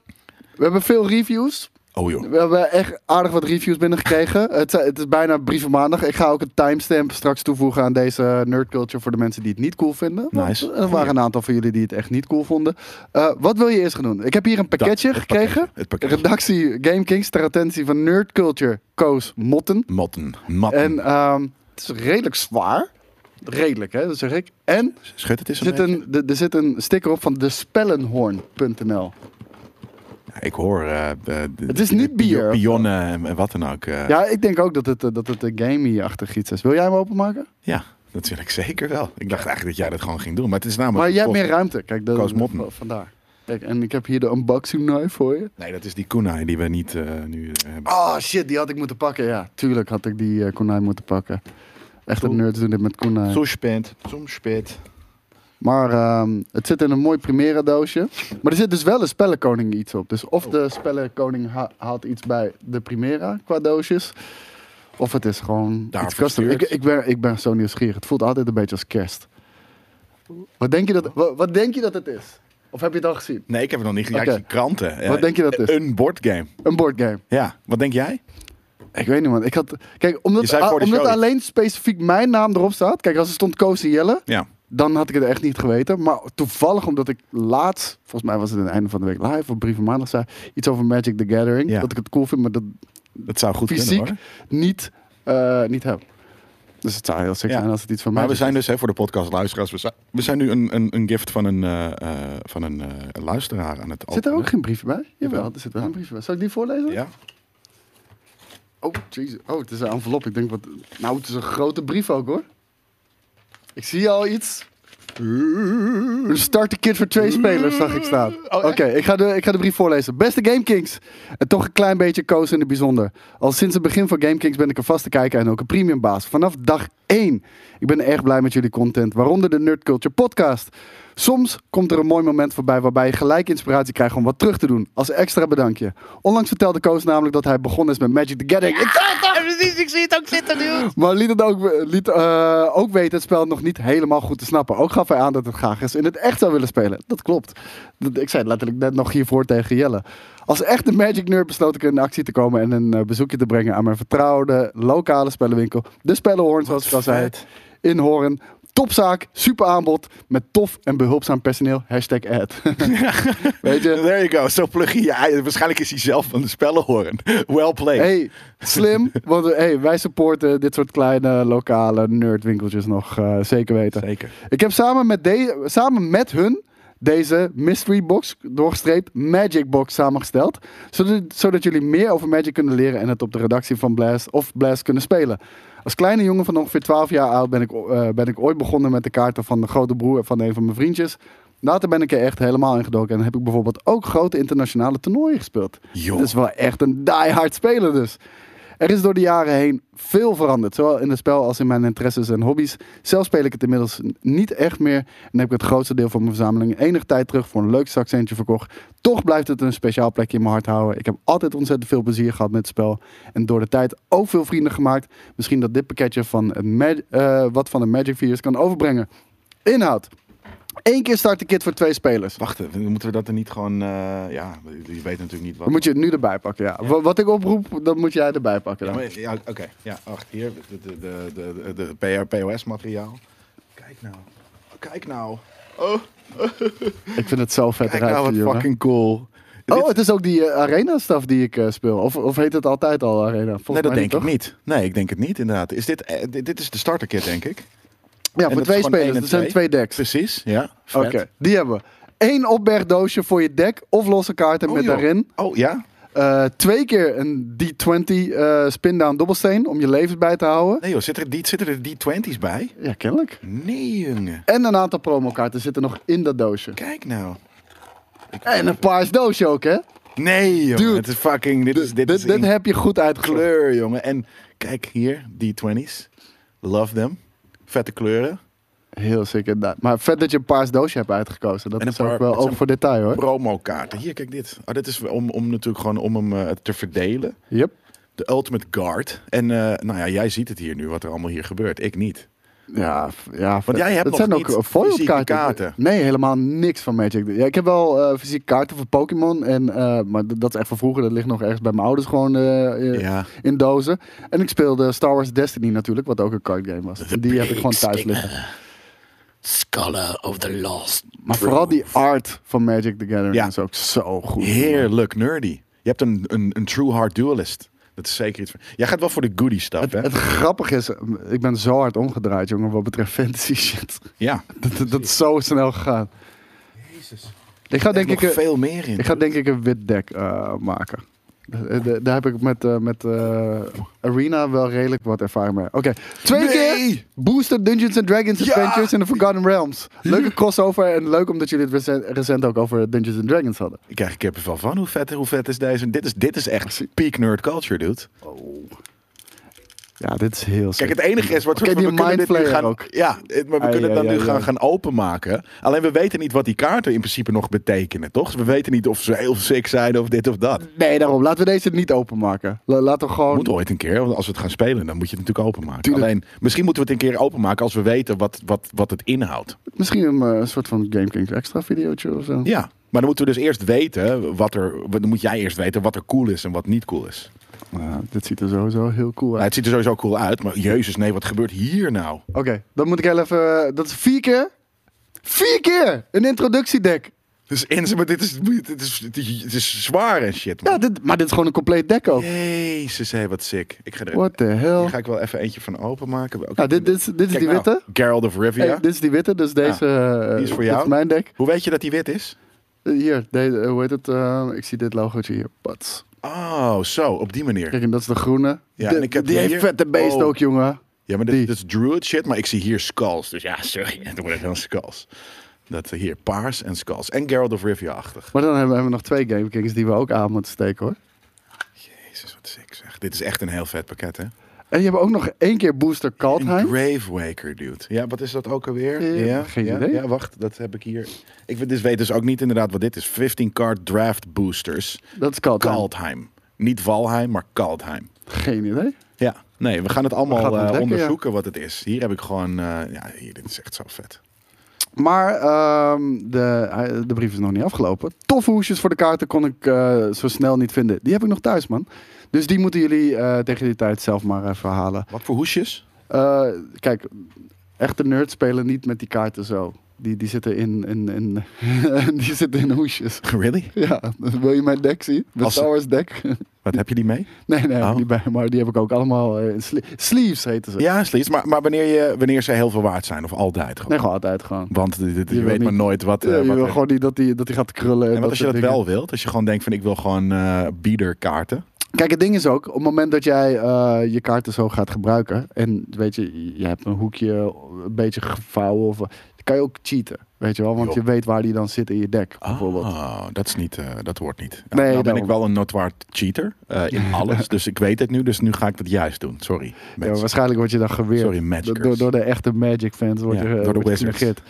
Speaker 3: we hebben veel reviews.
Speaker 2: Oh joh.
Speaker 3: We hebben echt aardig wat reviews binnengekregen. het, zijn- het is bijna brieven maandag. Ik ga ook een timestamp straks toevoegen aan deze nerd culture voor de mensen die het niet cool vinden. Want
Speaker 2: Nice.
Speaker 3: Er waren een aantal van jullie die het echt niet cool vonden. Eh, wat wil je eerst gaan doen? Ik heb hier een pakketje
Speaker 2: het
Speaker 3: gekregen.
Speaker 2: pakketje, het pakketje.
Speaker 3: Redactie Game Kings ter attentie van Nerd Culture Koos Motten.
Speaker 2: Motten. Matten.
Speaker 3: En ehm, het is redelijk zwaar. Redelijk, hè? Dat zeg ik. En
Speaker 2: Schud het eens
Speaker 3: er
Speaker 2: een
Speaker 3: zit
Speaker 2: beetje.
Speaker 3: een, de- er zit een sticker op van despellenhoorn.nl.
Speaker 2: Ja, ik hoor... eh, eh, de-
Speaker 3: Het is niet
Speaker 2: de
Speaker 3: bier.
Speaker 2: Pionnen en en wat dan ook. eh.
Speaker 3: Ja, ik denk ook dat het, eh, dat het een gamey-achtig iets is. Wil jij hem openmaken?
Speaker 2: Ja, dat wil ik zeker wel. Ik dacht eigenlijk dat jij dat gewoon ging doen. Maar het is namelijk...
Speaker 3: Maar jij hebt
Speaker 2: kost-
Speaker 3: meer ruimte. Kijk, dat
Speaker 2: Koos
Speaker 3: is
Speaker 2: Moppen.
Speaker 3: vandaar. Kijk, en ik heb hier de unboxing knife voor je.
Speaker 2: Nee, dat is die kunai die we niet eh, nu eh, hebben.
Speaker 3: Oh shit, die had ik moeten pakken. Ja, tuurlijk had ik Ah, die eh kunai moeten pakken. Echt een nerds doen dit met kunai.
Speaker 2: spät. Zo spät.
Speaker 3: Maar ehm, het zit in een mooi Primera doosje. Maar er zit dus wel een spellenkoning iets op. Dus
Speaker 2: Oh.
Speaker 3: of de spellenkoning ha- haalt iets bij de Primera qua doosjes. Of het is gewoon
Speaker 2: Daar
Speaker 3: iets custom. Ik,
Speaker 2: verstuurd.
Speaker 3: ik, ben, ik ben zo nieuwsgierig. Het voelt altijd een beetje als kerst. Wat denk je dat, wat, wat denk je dat het is? Of heb je het al gezien?
Speaker 2: Nee, ik heb het nog niet. Ja, ik
Speaker 3: Oké.
Speaker 2: zie kranten. Ja,
Speaker 3: Wat denk je dat het is?
Speaker 2: Een boardgame.
Speaker 3: Een boardgame.
Speaker 2: Ja, wat denk jij?
Speaker 3: Ik weet niet, man. Ik had, kijk,
Speaker 2: Je
Speaker 3: omdat,
Speaker 2: zei
Speaker 3: a-
Speaker 2: voor de
Speaker 3: omdat
Speaker 2: show iets.
Speaker 3: alleen specifiek mijn naam erop staat. Kijk, als er stond Koos en Jelle,
Speaker 2: Ja.
Speaker 3: dan had ik het echt niet geweten. Maar toevallig, omdat ik laatst, volgens mij was het aan het einde van de week live of Brieven Maandag, zei iets over Magic the Gathering.
Speaker 2: Ja.
Speaker 3: Dat ik het cool vind, maar dat
Speaker 2: Dat zou goed
Speaker 3: fysiek
Speaker 2: kunnen hoor.
Speaker 3: niet, eh, niet heb. Dus het zou heel sick
Speaker 2: Ja.
Speaker 3: zijn als het iets van mij
Speaker 2: Maar we
Speaker 3: is.
Speaker 2: zijn dus hè, voor de podcast luisteraars. We zijn, we zijn nu een, een, een gift van een, eh, eh, van een eh, een luisteraar aan het
Speaker 3: Zit er
Speaker 2: openen.
Speaker 3: ook geen brief bij? Jawel, er zit wel een brief bij. Zal ik die voorlezen?
Speaker 2: Ja.
Speaker 3: Oh, jezus. Oh, het is een envelop. Ik denk, wat... Nou, het is een grote brief ook, hoor. Ik zie al iets. Een starterkit voor twee spelers, zag ik staan. Oké, ik, ga de- ik ga de brief voorlezen. Beste GameKings! En toch een klein beetje koos in het bijzonder. Al sinds het begin van GameKings ben ik een vaste kijker en ook een premiumbaas. Vanaf dag 1. Ik ben erg blij met jullie content, waaronder de Nerd Culture podcast. Soms komt er een mooi moment voorbij waarbij je gelijk inspiratie krijgt om wat terug te doen. Als extra bedankje. Onlangs vertelde Koos namelijk dat hij begonnen is met Magic the Gathering. Ik maar liet het ook, liet, eh, ook weten het spel nog niet helemaal goed te snappen. Ook gaf hij aan dat het graag eens in het echt zou willen spelen. Dat klopt. Dat- Ik zei het letterlijk net nog hiervoor tegen Jelle. Als echte Magic Nerd besloot ik in actie te komen en een eh, bezoekje te brengen aan mijn vertrouwde lokale spellenwinkel. De Spellenhoorn, zoals ik al zei. In Hoorn. Topzaak, super aanbod, met tof en behulpzaam personeel. Hashtag ad. Weet je,
Speaker 2: There you go. Zo plug je je ei- Waarschijnlijk is hij zelf van de spellenhoorn. Well played.
Speaker 3: Hey, slim. Want hey, wij supporten dit soort kleine lokale nerdwinkeltjes nog. eh, zeker weten.
Speaker 2: Zeker.
Speaker 3: Ik heb samen met, de, samen met hun deze mystery box, doorgestreept magic box, samengesteld. Zodat, zodat jullie meer over magic kunnen leren en het op de redactie van Blast of Blast kunnen spelen. Als kleine jongen van ongeveer 12 jaar oud ben ik, o- eh, ben ik ooit begonnen met de kaarten van de grote broer van een van mijn vriendjes. Later ben ik er echt helemaal in gedoken en heb ik bijvoorbeeld ook grote internationale toernooien gespeeld. Dus
Speaker 2: Joh.
Speaker 3: Dat is wel echt een diehard speler dus. Er is door de jaren heen veel veranderd, zowel in het spel als in mijn interesses en hobby's. Zelf speel ik het inmiddels niet echt meer en heb ik het grootste deel van mijn verzameling enig tijd terug voor een leuk zakcentje verkocht. Toch blijft het een speciaal plekje in mijn hart houden. Ik heb altijd ontzettend veel plezier gehad met het spel en door de tijd ook veel vrienden gemaakt. Misschien dat dit pakketje van een ma- eh, wat van de Magic Virus kan overbrengen. Inhoud. Eén keer start de kit voor twee spelers.
Speaker 2: Wacht, even, moeten we dat er niet gewoon... eh, ja, je weet natuurlijk niet wat...
Speaker 3: Dan moet je het nu erbij pakken, ja. Wa- Wat ik oproep, dat moet jij erbij pakken
Speaker 2: Ja,
Speaker 3: dan.
Speaker 2: maar- ja, oké. Ja, wacht, hier. De, de, de, de, de PR POS-materiaal. Kijk nou. Kijk nou.
Speaker 3: Ik vind het zo vet
Speaker 2: Kijk
Speaker 3: eruit
Speaker 2: nou,
Speaker 3: zien,
Speaker 2: wat
Speaker 3: jongen.
Speaker 2: fucking cool.
Speaker 3: Oh, het is ook die arena-staf die ik eh, speel. Of, of heet het altijd al arena? Volgens
Speaker 2: nee, dat
Speaker 3: mij
Speaker 2: denk
Speaker 3: toch?
Speaker 2: ik niet. Nee, ik denk het niet, inderdaad. Is dit, eh, dit, dit is de starterkit, denk ik.
Speaker 3: Ja, voor
Speaker 2: dat
Speaker 3: twee
Speaker 2: is gewoon één
Speaker 3: spelers.
Speaker 2: en
Speaker 3: Er zijn
Speaker 2: twee.
Speaker 3: twee decks.
Speaker 2: Precies, ja. vet.
Speaker 3: Oké, die hebben we. Eén opbergdoosje voor je deck of losse kaarten
Speaker 2: Oh,
Speaker 3: met
Speaker 2: joh.
Speaker 3: daarin.
Speaker 2: Oh, ja?
Speaker 3: Eh, twee keer een D20 eh, spin-down dobbelsteen om je levens bij te houden.
Speaker 2: Nee joh, zit er, die, zitten er die 20s bij?
Speaker 3: Ja, kennelijk.
Speaker 2: Nee jongen.
Speaker 3: En een aantal promokaarten zitten nog in dat doosje.
Speaker 2: Kijk nou.
Speaker 3: En een paars doosje ook, hè?
Speaker 2: Nee jongen,
Speaker 3: Dude,
Speaker 2: het is fucking... Dit is, dit
Speaker 3: Dit,
Speaker 2: is
Speaker 3: dit
Speaker 2: in
Speaker 3: heb je goed uitgekleur.
Speaker 2: kleur jongen. En kijk hier, die 20s. Love them. Vette kleuren.
Speaker 3: Heel sick inderdaad. Maar vet dat je een paars doosje hebt uitgekozen. Dat
Speaker 2: En een
Speaker 3: is ook
Speaker 2: paar-
Speaker 3: wel
Speaker 2: dat zijn-
Speaker 3: oog voor detail hoor.
Speaker 2: Promokaarten. Hier, kijk dit. Oh, dit is om, om natuurlijk gewoon om hem eh, te verdelen.
Speaker 3: Yep.
Speaker 2: De Ultimate Guard. En eh, nou ja, jij ziet het hier nu, wat er allemaal hier gebeurt. Ik niet.
Speaker 3: Ja, f- ja. vet.
Speaker 2: jij hebt
Speaker 3: dat
Speaker 2: nog
Speaker 3: zijn
Speaker 2: niet
Speaker 3: ook foil
Speaker 2: fysieke
Speaker 3: kaarten.
Speaker 2: kaarten.
Speaker 3: Nee, helemaal niks van Magic. Ja, ik heb wel eh, fysieke kaarten voor Pokémon. En, eh, maar d- dat is echt van vroeger. Dat ligt nog ergens bij mijn ouders gewoon eh, eh,
Speaker 2: Ja.
Speaker 3: in dozen. En ik speelde Star Wars Destiny natuurlijk, wat ook een card game was. En die heb ik gewoon thuis liggen.
Speaker 2: Scholar of the Lost.
Speaker 3: Maar vooral die art van Magic the Gathering
Speaker 2: Ja.
Speaker 3: is ook zo goed.
Speaker 2: Heerlijk nerdy. Je hebt een, een, een true hard duelist. Dat is zeker iets. Van... Jij gaat wel voor de goodie stuff, hè?
Speaker 3: Het grappige is, eh, ik ben zo hard omgedraaid, jongen, wat betreft fantasy shit.
Speaker 2: Ja.
Speaker 3: Dat- Dat, dat is zo snel gegaan. Ik ga denk
Speaker 2: Denk
Speaker 3: ik...
Speaker 2: ik
Speaker 3: eh,
Speaker 2: nog veel meer in.
Speaker 3: Ik ga denk ik een wit deck eh, maken. Eh, de- Daar heb ik met, eh, met eh, Arena wel redelijk wat ervaring mee. Oké, twee
Speaker 2: Nee!
Speaker 3: keer Booster Dungeons and Dragons
Speaker 2: Ja!
Speaker 3: Adventures in the Forgotten Realms. Leuke crossover en leuk omdat jullie het recent, recent ook over Dungeons and Dragons hadden.
Speaker 2: Ik krijg ik heb er wel van.
Speaker 3: Oh.
Speaker 2: Hoe vet, hoe vet is deze? Dit is, dit is echt peak nerd culture, dude.
Speaker 3: Ja, dit is heel
Speaker 2: Kijk,
Speaker 3: sick.
Speaker 2: het enige is wat we,
Speaker 3: Ken die
Speaker 2: kunnen dit nu
Speaker 3: Mindflayer
Speaker 2: gaan,
Speaker 3: ook?
Speaker 2: Ja, het- maar we
Speaker 3: Ai,
Speaker 2: kunnen het dan
Speaker 3: ai,
Speaker 2: nu
Speaker 3: ai,
Speaker 2: gaan,
Speaker 3: ai.
Speaker 2: gaan openmaken. Alleen we weten niet wat die kaarten in principe nog betekenen, toch? Dus we weten niet of ze heel sick zijn of dit of dat.
Speaker 3: Nee, daarom. Laten we deze niet openmaken. La- Laten we gewoon...
Speaker 2: Moet ooit een keer, want als we het gaan spelen, dan moet je het natuurlijk openmaken.
Speaker 3: Tuurlijk.
Speaker 2: Alleen, misschien moeten we het een keer openmaken als we weten wat, wat, wat het inhoudt.
Speaker 3: Misschien een eh, soort van Game Kings extra videootje of zo.
Speaker 2: Ja, maar dan moeten we dus eerst weten wat er. Dan moet jij eerst weten wat er cool is en wat niet cool is.
Speaker 3: Nou, dit ziet er sowieso heel cool
Speaker 2: Nou, het
Speaker 3: uit.
Speaker 2: ziet er sowieso cool uit, maar jezus, nee, wat gebeurt hier nou?
Speaker 3: Oké, dan moet ik heel even... eh, Dat is vier keer. Vier keer! Een introductiedeck.
Speaker 2: Dus in, maar dit is, dit is, dit is, dit is zwaar en shit, man.
Speaker 3: Ja, dit, maar dit is gewoon een compleet deck ook.
Speaker 2: Jezus, hé, wat sick. Ik ga er,
Speaker 3: What the hell?
Speaker 2: Hier ga ik wel even eentje van openmaken. Oké.
Speaker 3: Nou, dit, dit, is- dit is
Speaker 2: Kijk
Speaker 3: die
Speaker 2: nou,
Speaker 3: witte.
Speaker 2: Geralt of Rivia.
Speaker 3: Hey, dit is die witte, dus deze... eh,
Speaker 2: Ah, die is voor
Speaker 3: dit
Speaker 2: jou.
Speaker 3: mijn deck.
Speaker 2: Hoe weet je dat die wit is?
Speaker 3: Eh, Hier, deze, eh, hoe heet het? Eh, ik zie dit logootje hier. Pats.
Speaker 2: Oh, zo, op die manier.
Speaker 3: Kijk, en dat is de groene.
Speaker 2: Ja,
Speaker 3: De-
Speaker 2: en ik heb
Speaker 3: die
Speaker 2: hier-
Speaker 3: heeft vette beest
Speaker 2: Oh.
Speaker 3: ook, jongen.
Speaker 2: Ja, maar dit,
Speaker 3: die.
Speaker 2: dit is druid shit, maar ik zie hier skulls. Dus ja, sorry, dan wordt het dan skulls. Dat eh, hier, paars en skulls. En Geralt of Rivia-achtig.
Speaker 3: Maar dan hebben we, hebben we nog twee Game Kings die we ook aan moeten steken, hoor.
Speaker 2: Jezus, wat sick zeg. Dit is echt een heel vet pakket, hè?
Speaker 3: En je hebt ook nog één keer Booster
Speaker 2: Een
Speaker 3: Kaldheim.
Speaker 2: Gravewaker, dude. Ja, wat is dat ook alweer?
Speaker 3: Eh,
Speaker 2: ja,
Speaker 3: geen
Speaker 2: ja,
Speaker 3: idee.
Speaker 2: Ja, wacht, dat heb ik hier. Ik weet- dus weet dus ook niet inderdaad wat dit is. 15 card draft boosters.
Speaker 3: Dat is Kaldheim.
Speaker 2: Kaldheim. Niet Valheim, maar Kaldheim.
Speaker 3: Geen idee.
Speaker 2: Ja, nee, we gaan het
Speaker 3: We gaan
Speaker 2: allemaal
Speaker 3: het
Speaker 2: eh,
Speaker 3: ontdekken,
Speaker 2: onderzoeken wat het is. Hier heb ik gewoon, eh, ja, hier, dit is echt zo vet.
Speaker 3: Maar ehm, de, hij- de brief is nog niet afgelopen. Toffe hoesjes voor de kaarten kon ik eh, zo snel niet vinden. Die heb ik nog thuis, man. Dus die moeten jullie eh, tegen die tijd zelf maar even halen.
Speaker 2: Wat voor hoesjes?
Speaker 3: Eh, kijk, echte nerds spelen niet met die kaarten zo. Die, die zitten in, in, in, die zitten in hoesjes.
Speaker 2: Really?
Speaker 3: Ja, wil je mijn deck zien? Mijn
Speaker 2: Als-
Speaker 3: Star Wars deck?
Speaker 2: Wat heb je die mee?
Speaker 3: nee, nee,
Speaker 2: Oh.
Speaker 3: die bij, maar die heb ik ook allemaal eh, in sle- sleeves heten ze.
Speaker 2: Ja, slechts. Maar, maar wanneer, je, wanneer ze heel veel waard zijn, of altijd gewoon.
Speaker 3: Nee, gewoon altijd gewoon.
Speaker 2: Want dit- dit-
Speaker 3: Je
Speaker 2: je
Speaker 3: wil
Speaker 2: weet maar
Speaker 3: niet-
Speaker 2: nooit wat. eh,
Speaker 3: Ja, je
Speaker 2: wat
Speaker 3: wil
Speaker 2: er-
Speaker 3: gewoon niet dat die, dat die gaat krullen.
Speaker 2: en wat als je
Speaker 3: soort
Speaker 2: dat
Speaker 3: dingen.
Speaker 2: wel wilt, als je gewoon denkt van ik wil gewoon eh biederkaarten.
Speaker 3: Kijk, het ding is ook, op het moment dat jij eh, je kaarten zo gaat gebruiken... en weet je, je hebt een hoekje een beetje gevouwen... Of, kan je ook cheaten, weet je wel? Want
Speaker 2: Joh.
Speaker 3: je weet waar die dan zit in je deck, bijvoorbeeld.
Speaker 2: Oh, dat, is niet, eh, dat hoort niet. Ja,
Speaker 3: Ah. Nee,
Speaker 2: nou ben
Speaker 3: daarom.
Speaker 2: ik wel een notoire cheater eh, in alles. dus ik weet het nu, dus nu ga ik dat juist doen. Sorry.
Speaker 3: Ja,
Speaker 2: mensen.
Speaker 3: waarschijnlijk word je dan geweerd.
Speaker 2: Sorry,
Speaker 3: Do-
Speaker 2: Magicers.
Speaker 3: door, door de echte Magic fans word
Speaker 2: Ja,
Speaker 3: je
Speaker 2: door
Speaker 3: eh,
Speaker 2: de
Speaker 3: word je
Speaker 2: Wizards.
Speaker 3: genegeerd.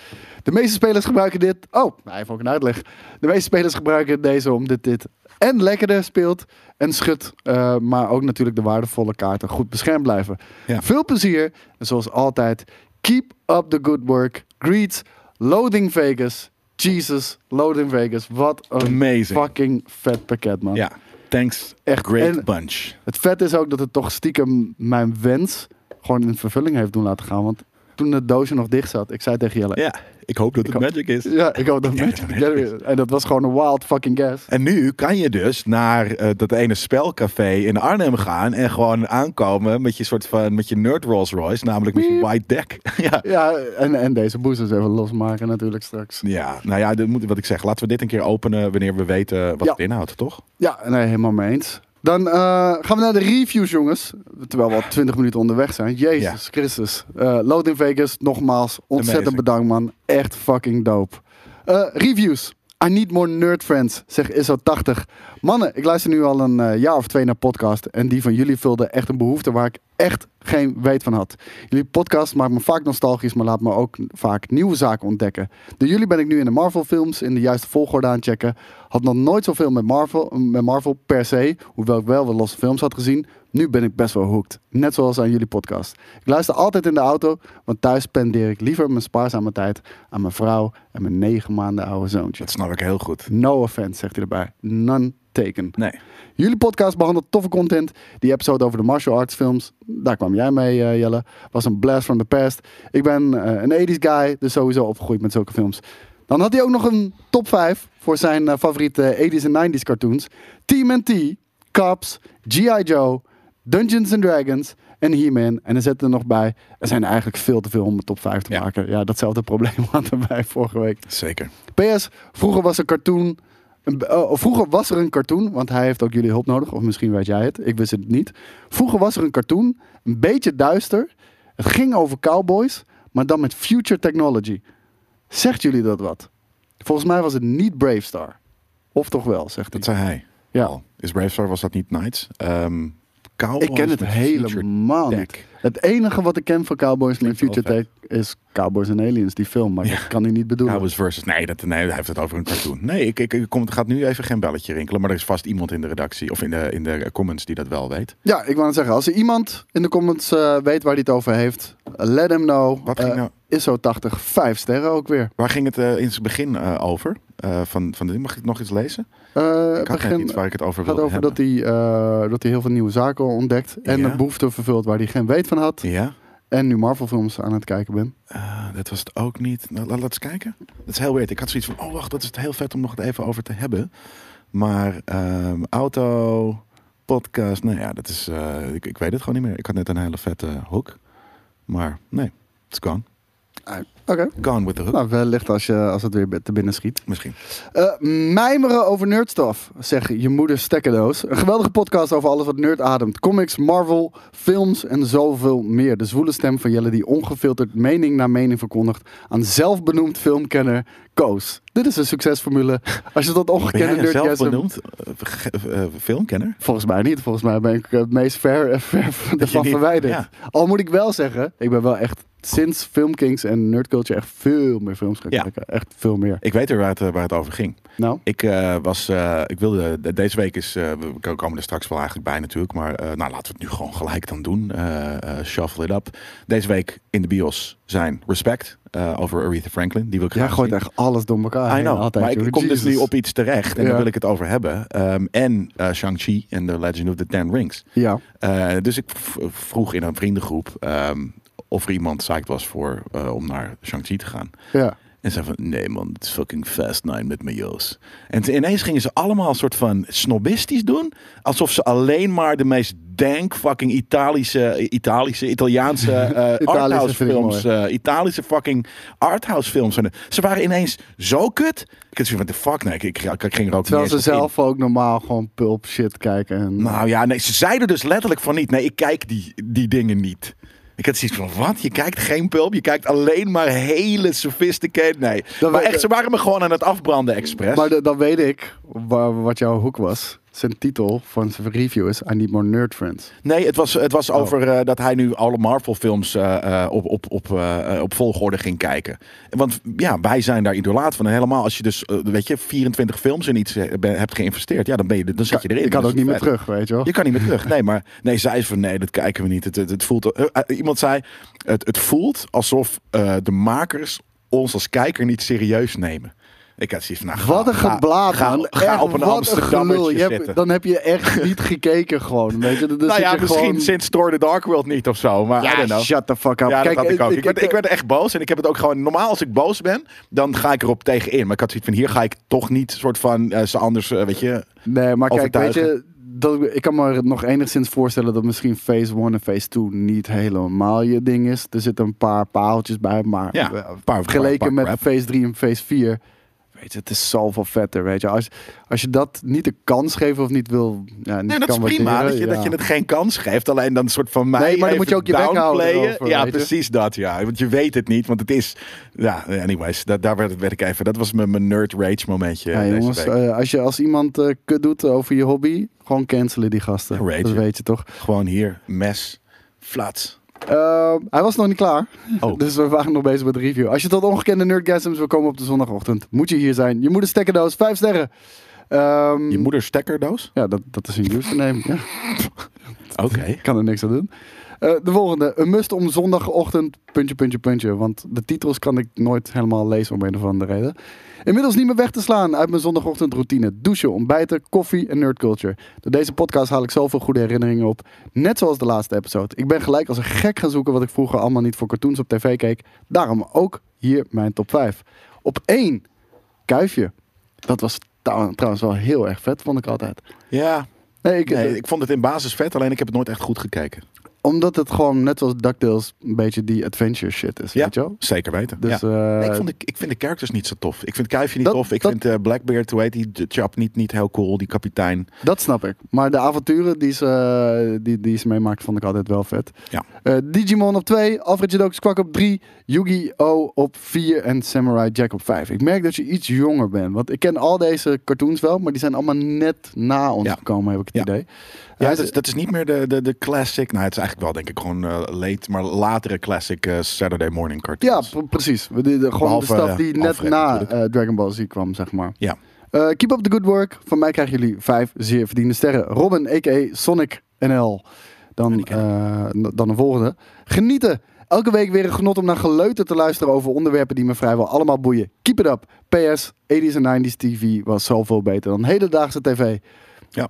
Speaker 3: De meeste spelers gebruiken dit. Oh, hij heeft ook een uitleg. De meeste spelers gebruiken deze omdat dit en lekkerder speelt en schudt. eh, maar ook natuurlijk de waardevolle kaarten goed beschermd blijven.
Speaker 2: Ja.
Speaker 3: Veel plezier. En zoals altijd, keep up the good work. Greets, Loading Vegas. Jesus, Loading Vegas. Wat een
Speaker 2: Amazing.
Speaker 3: fucking vet pakket, man.
Speaker 2: Ja, thanks.
Speaker 3: Echt.
Speaker 2: Great
Speaker 3: En-
Speaker 2: bunch.
Speaker 3: Het vet is ook dat het toch stiekem mijn wens gewoon in vervulling heeft doen laten gaan. Want toen het doosje nog dicht zat, ik zei tegen Jelle...
Speaker 2: Ja, ik hoop dat het
Speaker 3: hoop-
Speaker 2: Magic is.
Speaker 3: Ja, ik hoop dat
Speaker 2: Ja,
Speaker 3: Magic
Speaker 2: dat
Speaker 3: the
Speaker 2: weet ik.
Speaker 3: Gathering- En dat was gewoon een wild fucking guess.
Speaker 2: En nu kan je dus naar eh, dat ene spelcafé in Arnhem gaan en gewoon aankomen met je soort van met je nerd Rolls Royce, namelijk met je
Speaker 3: Piep.
Speaker 2: white deck. ja.
Speaker 3: Ja, en, en deze boosters even losmaken natuurlijk straks.
Speaker 2: ja, nou ja, dit moet, wat ik zeg, laten we dit een keer openen wanneer we weten wat
Speaker 3: Ja.
Speaker 2: het inhoudt, toch?
Speaker 3: Ja, nee, helemaal mee eens. Dan eh, gaan we naar de reviews, jongens. Terwijl we al 20 minuten onderweg zijn. Jezus Christus. Eh Load in Vegas, nogmaals, ontzettend
Speaker 2: Amazing.
Speaker 3: bedankt, man. Echt fucking dope. Eh, reviews. I need more nerd friends, zegt ISO80. Mannen, ik luister nu al een eh, jaar of twee naar podcast. En die van jullie vulde echt een behoefte waar ik echt geen weet van had. Jullie podcast maakt me vaak nostalgisch, maar laat me ook vaak nieuwe zaken ontdekken. Door jullie ben ik nu in de Marvel films in de juiste volgorde aan het checken. Had nog nooit zoveel met Marvel, met Marvel per se, hoewel ik wel wat losse films had gezien. Nu ben ik best wel hooked. Net zoals aan jullie podcast. Ik luister altijd in de auto, want thuis spendeer ik liever mijn spaarzame tijd aan mijn vrouw en mijn negen maanden oude zoontje.
Speaker 2: Dat snap ik heel goed.
Speaker 3: No offense, zegt hij erbij. None taken.
Speaker 2: Nee.
Speaker 3: Jullie podcast behandelt toffe content. Die episode over de martial arts films, daar kwam jij mee, eh, Jelle. Was een blast from the past. Ik ben eh, een 80s guy, dus sowieso opgegroeid met zulke films. Dan had hij ook nog een top 5 voor zijn eh, favoriete 80s en 90s cartoons: TMNT, Cops, G.I. Joe, Dungeons and Dragons en He-Man. En er zit er nog bij: er zijn eigenlijk veel te veel om een top 5 te
Speaker 2: Ja.
Speaker 3: maken. Ja, datzelfde probleem hadden wij vorige week.
Speaker 2: Zeker.
Speaker 3: PS, vroeger was een cartoon. een- oh, vroeger was er een cartoon, want hij heeft ook jullie hulp nodig. Of misschien weet jij het, ik wist het niet. Vroeger was er een cartoon, een beetje duister. Het ging over cowboys, maar dan met future technology. Zegt jullie dat wat? Volgens mij was het niet Brave Star. Of toch wel, zegt
Speaker 2: Dat
Speaker 3: hij.
Speaker 2: zei hij.
Speaker 3: Ja.
Speaker 2: Al. Is Bravestar, was dat niet Knights? Ehm, Cowboys
Speaker 3: Ik ken het
Speaker 2: met Future
Speaker 3: helemaal
Speaker 2: Tech.
Speaker 3: niet. Het enige wat ik ken van Cowboys met
Speaker 2: Klinkt
Speaker 3: Future
Speaker 2: wel
Speaker 3: Tech is Cowboys en Aliens, die film. Maar
Speaker 2: Ja.
Speaker 3: dat kan hij niet bedoelen.
Speaker 2: Cowboys Nou, versus... Nee, dat, nee, hij heeft het over een cartoon. Nee, ik, ik, ik kom, er gaat nu even geen belletje rinkelen. Maar er is vast iemand in de redactie of in de, in de comments die dat wel weet.
Speaker 3: Ja, ik wou het zeggen. Als er iemand in de comments eh, weet waar hij het over heeft, let hem know.
Speaker 2: Wat
Speaker 3: Eh,
Speaker 2: ging nou-
Speaker 3: ISO 80, 5 sterren ook weer.
Speaker 2: Waar ging het eh, in het begin eh, over? Eh, van, van, de- mag ik het nog eens lezen?
Speaker 3: Eh
Speaker 2: Ik had net
Speaker 3: begin-
Speaker 2: iets waar ik het over
Speaker 3: gaat
Speaker 2: wilde
Speaker 3: over
Speaker 2: hebben.
Speaker 3: dat hij, eh, dat hij heel veel nieuwe zaken ontdekt. En
Speaker 2: Ja.
Speaker 3: een behoefte vervult waar hij geen weet van had.
Speaker 2: Ja?
Speaker 3: En nu Marvel films aan het kijken ben.
Speaker 2: Eh, dat was het ook niet. Nou, laat, laat eens kijken. Dat is heel weird. Ik had zoiets van, oh wacht, dat is het heel vet om nog het even over te hebben. Maar ehm, auto, podcast, nou ja, dat is, eh, ik, ik weet het gewoon niet meer. Ik had net een hele vette hook. Maar nee, it's gone. Ah.
Speaker 3: Oké.
Speaker 2: Gone with the hook,
Speaker 3: Nou, wellicht als, je, als het weer te binnen schiet.
Speaker 2: misschien.
Speaker 3: Eh, mijmeren over nerdstof, zeg je moeder stekkerdoos. Een geweldige podcast over alles wat nerd ademt. Comics, Marvel, films en zoveel meer. De zwoele stem van Jelle die ongefilterd mening na mening verkondigt... aan zelfbenoemd filmkenner Koos. Dit is een succesformule. Als je dat
Speaker 2: Ben jij
Speaker 3: ongekende
Speaker 2: een zelf
Speaker 3: nerdgasm...
Speaker 2: benoemd eh, ge- eh, filmkenner?
Speaker 3: Volgens mij niet. Volgens mij ben ik eh, het meest ver, eh, ver van-
Speaker 2: je
Speaker 3: ervan
Speaker 2: niet-
Speaker 3: verwijderd.
Speaker 2: ja.
Speaker 3: Al moet ik wel zeggen, ik ben wel echt sinds Filmkings en Nerdculture echt veel meer films gaan
Speaker 2: Ja.
Speaker 3: kijken. Echt veel meer.
Speaker 2: Ik weet er waar het, eh, waar het over ging.
Speaker 3: Nou,
Speaker 2: Ik eh, was, eh, ik wilde, de- deze week is, eh, we we komen er straks wel eigenlijk bij natuurlijk, maar eh, nou laten we het nu gewoon gelijk dan doen. Eh, eh, shuffle it up. Deze week in de bios zijn Respect eh, over Aretha Franklin, die wil ik
Speaker 3: jij
Speaker 2: graag
Speaker 3: gooit
Speaker 2: zien.
Speaker 3: echt alles door elkaar
Speaker 2: I
Speaker 3: heen
Speaker 2: know,
Speaker 3: altijd.
Speaker 2: maar ik
Speaker 3: joh.
Speaker 2: kom dus nu
Speaker 3: Jesus.
Speaker 2: op iets terecht en
Speaker 3: Ja.
Speaker 2: daar wil ik het over hebben. Ehm, en eh, Shang-Chi en The Legend of the Ten Rings.
Speaker 3: Ja,
Speaker 2: Eh, dus ik v- vroeg in een vriendengroep ehm, of er iemand psyched was voor, eh, om naar Shang-Chi te gaan.
Speaker 3: ja.
Speaker 2: En zei van, nee man, het is fucking Fast Nine met mijn Joos. En toen ineens gingen ze allemaal een soort van snobistisch doen. Alsof ze alleen maar de meest dank fucking Italische, Italische Italiaanse eh
Speaker 3: Italische
Speaker 2: arthouse
Speaker 3: vind ik
Speaker 2: films. eh, Italische fucking arthouse films. zijn. Ze waren ineens zo kut. Ik had zoiets van, what the fuck? Nee, ik, ik, ik- ik ging er ook
Speaker 3: Terwijl
Speaker 2: niet
Speaker 3: ze
Speaker 2: eens op in.
Speaker 3: zelf ook normaal gewoon pulp shit kijken. En,
Speaker 2: Nou ja, nee, ze zeiden dus letterlijk van niet. Nee, ik kijk die, die dingen niet. Ik had zoiets van, wat? Je kijkt geen pulp? Je kijkt alleen maar hele sophisticated... Nee,
Speaker 3: Dan
Speaker 2: maar
Speaker 3: weet-
Speaker 2: echt, ze waren me gewoon aan het afbranden expres.
Speaker 3: maar de- dan weet ik waar, wat jouw hoek was. Zijn titel van zijn review is I Need More Nerd Friends.
Speaker 2: Nee, het was, het was
Speaker 3: Oh.
Speaker 2: over eh, dat hij nu alle Marvel-films eh, eh, op, op, op, eh, eh, op volgorde ging kijken. Want ja, wij zijn daar idolaat van. En helemaal als je dus, eh, weet je, 24 films in iets eh, ben- hebt geïnvesteerd, ja, dan, ben je, dan zit je erin.
Speaker 3: Ik kan
Speaker 2: Dat
Speaker 3: ook
Speaker 2: is
Speaker 3: niet meer
Speaker 2: vet.
Speaker 3: terug, weet je wel.
Speaker 2: Je kan niet meer terug. Nee, maar nee, zij is van nee, dat kijken we niet. Het, het, het voelt, eh, eh, iemand zei, het, het voelt alsof eh, de makers ons als kijker niet serieus nemen. Ik had zoiets van, nou, ga-
Speaker 3: Wat een
Speaker 2: ga-
Speaker 3: geblaad,
Speaker 2: ga,
Speaker 3: man.
Speaker 2: Ga
Speaker 3: Echt,
Speaker 2: op een
Speaker 3: wat gelul.
Speaker 2: Amsterdammertje
Speaker 3: Je hebt-
Speaker 2: zitten.
Speaker 3: Dan heb je echt niet gekeken gewoon. Weet je? Dan
Speaker 2: nou
Speaker 3: zit
Speaker 2: ja,
Speaker 3: je
Speaker 2: misschien
Speaker 3: gewoon-
Speaker 2: sinds Thor the Dark World niet of zo. Maar I don't
Speaker 3: Ja,
Speaker 2: know.
Speaker 3: shut the fuck up.
Speaker 2: Ja,
Speaker 3: Kijk,
Speaker 2: dat had ik ook. Ik, werd,
Speaker 3: ik-
Speaker 2: ik werd echt boos en ik heb het ook gewoon... Normaal als ik boos ben, dan ga ik erop tegenin. Maar ik had zoiets van, hier ga ik toch niet soort van eh, ze anders, eh, weet je...
Speaker 3: Nee, maar kijk, weet
Speaker 2: overtuigen.
Speaker 3: je... Dat, ik kan me nog enigszins voorstellen dat misschien phase 1 en phase 2 niet helemaal je ding is. Er zitten een paar paaltjes bij, maar
Speaker 2: Ja,
Speaker 3: eh,
Speaker 2: een paar-
Speaker 3: vergeleken
Speaker 2: paar- paar
Speaker 3: met
Speaker 2: crap.
Speaker 3: phase 3 en phase 4, weet je, het is zoveel vetter, weet je. Als, als je dat niet de kans geeft of niet wil... Ja, niet
Speaker 2: Nee, dat is
Speaker 3: kan
Speaker 2: prima,
Speaker 3: waarderen,
Speaker 2: dat je, dat je
Speaker 3: ja.
Speaker 2: het geen kans geeft. Alleen dan een soort van mij
Speaker 3: Nee, maar dan moet je
Speaker 2: even
Speaker 3: ook je bek houden
Speaker 2: downplayen.
Speaker 3: erover,
Speaker 2: Ja,
Speaker 3: weet je.
Speaker 2: precies dat, ja. Want je weet het niet, want het is... Ja, anyways, da- daar werd, werd ik even... Dat was mijn, mijn nerd rage momentje
Speaker 3: Ja,
Speaker 2: deze
Speaker 3: jongens,
Speaker 2: week.
Speaker 3: eh, als, je, als iemand eh, kut doet over je hobby, gewoon cancelen die gasten.
Speaker 2: Rage,
Speaker 3: dat
Speaker 2: hè?
Speaker 3: weet je toch.
Speaker 2: Gewoon hier, mes, flats.
Speaker 3: Eh, hij was nog niet klaar,
Speaker 2: Oh.
Speaker 3: dus we waren nog bezig met de review. Als je tot ongekende nerdgasms wil komen op de zondagochtend, moet je hier zijn. Je moeder stekkerdoos, vijf sterren. Ehm,
Speaker 2: Je moeder stekkerdoos?
Speaker 3: Ja, dat, dat is een username. ja,
Speaker 2: Oké.
Speaker 3: kan er niks aan doen. Eh, de volgende, een must om zondagochtend, puntje, puntje, puntje. Want de titels kan ik nooit helemaal lezen om een of andere reden. Inmiddels niet meer weg te slaan uit mijn zondagochtendroutine. Douchen, ontbijten, koffie en nerdculture. Door deze podcast haal ik zoveel goede herinneringen op. Net zoals de laatste episode. Ik ben gelijk als een gek gaan zoeken wat ik vroeger allemaal niet voor cartoons op tv keek. Daarom ook hier mijn top 5. Op 1, Kuifje. Dat was trouw- trouwens wel heel erg vet, vond ik altijd.
Speaker 2: Ja,
Speaker 3: Nee, ik,
Speaker 2: eh, nee, ik vond het in basis vet, alleen ik heb het nooit echt goed gekeken.
Speaker 3: Omdat het gewoon net zoals DuckTales een beetje die adventure shit is,
Speaker 2: Ja.
Speaker 3: weet je wel?
Speaker 2: Zeker weten.
Speaker 3: Dus,
Speaker 2: ja.
Speaker 3: eh,
Speaker 2: Nee, ik, vond de, ik vind de characters niet zo tof. Ik vind Kuifje niet
Speaker 3: Dat-
Speaker 2: tof. Ik
Speaker 3: dat-
Speaker 2: vind eh, Blackbeard, hoe heet die, de Chap, niet, niet heel cool. Die kapitein.
Speaker 3: Dat snap ik. Maar de avonturen die ze, eh, die, die ze meemaakt, vond ik altijd wel vet.
Speaker 2: Ja.
Speaker 3: Eh, Digimon op 2, Alfred Jadokus Kwak op 3, Yu-Gi-Oh! op 4 en Samurai Jack op 5. Ik merk dat je iets jonger bent. Want ik ken al deze cartoons wel, maar die zijn allemaal net na ons
Speaker 2: Ja.
Speaker 3: gekomen, heb ik het
Speaker 2: Ja.
Speaker 3: idee.
Speaker 2: Ja, dus-
Speaker 3: Hij
Speaker 2: dat is, dat is niet meer de, de, de classic. Nou, het is eigenlijk wel, denk ik, gewoon eh, late, maar latere classic eh, Saturday morning
Speaker 3: Ja,
Speaker 2: cartoons.
Speaker 3: pre- precies. We deden gewoon
Speaker 2: Behalve,
Speaker 3: de staf die
Speaker 2: eh,
Speaker 3: net
Speaker 2: Alfred
Speaker 3: na
Speaker 2: natuurlijk.
Speaker 3: eh, Dragon Ball Z kwam, zeg maar.
Speaker 2: Ja.
Speaker 3: Eh, keep up the good work. Van mij krijgen jullie vijf zeer verdiende sterren. Robin, a.k.a. Sonic NL. Dan, eh, n- dan de volgende. Genieten. Elke week weer een genot om naar geleuter te luisteren over onderwerpen die me vrijwel allemaal boeien. Keep it up. PS, 80s en 90s TV was zoveel beter dan hedendaagse tv.
Speaker 2: Ja.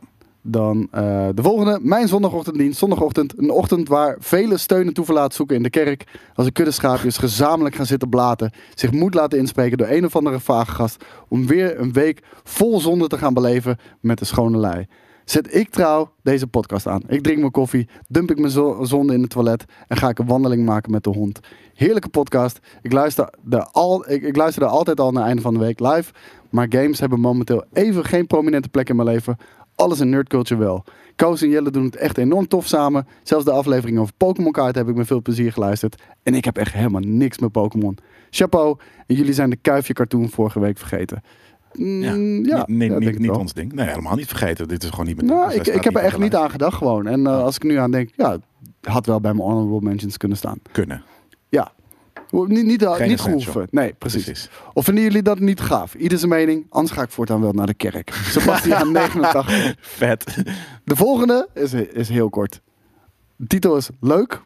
Speaker 3: Dan eh, de volgende. Mijn zondagochtenddienst. Zondagochtend. Een ochtend waar vele steun en toeverlaat zoeken in de kerk. Als een kudde schaapjes gezamenlijk gaan zitten blaten. Zich moed laten inspreken door een of andere vage gast. Om weer een week vol zonde te gaan beleven met de schone lei. Zet ik trouw deze podcast aan. Ik drink mijn koffie, dump ik mijn zo- zonde in het toilet en ga ik een wandeling maken met de hond. Heerlijke podcast. Ik luister, de al, ik, ik luister er altijd al naar het einde van de week live. Maar games hebben momenteel even geen prominente plek in mijn leven. Alles in nerdculture wel. Koos en Jelle doen het echt enorm tof samen. Zelfs de aflevering over Pokémon kaarten heb ik met veel plezier geluisterd. En ik heb echt helemaal niks met Pokémon. Chapeau. En jullie zijn de kuifje cartoon vorige week vergeten. Mm, ja,
Speaker 2: niet, nee,
Speaker 3: ja, denk
Speaker 2: niet,
Speaker 3: ik
Speaker 2: niet
Speaker 3: wel.
Speaker 2: ons ding. Nee, helemaal niet vergeten. Dit is gewoon niet mijn ding.
Speaker 3: Nou,
Speaker 2: Dus
Speaker 3: ik,
Speaker 2: hij
Speaker 3: ik
Speaker 2: staat
Speaker 3: heb er echt niet
Speaker 2: op
Speaker 3: aan gedacht gewoon. En eh, als ik er nu aan denk, ja, het had wel bij mijn honorable mentions kunnen staan.
Speaker 2: de lijst. Kunnen.
Speaker 3: Ja. Ho- Niet, niet,
Speaker 2: Geen
Speaker 3: niet
Speaker 2: essential.
Speaker 3: gehoeven. Nee, precies.
Speaker 2: Precies.
Speaker 3: Of vinden jullie dat niet gaaf? Ieder zijn mening, anders ga ik voortaan wel naar de kerk. Sebastian 89.
Speaker 2: Vet.
Speaker 3: De volgende is, is heel kort. De titel is leuk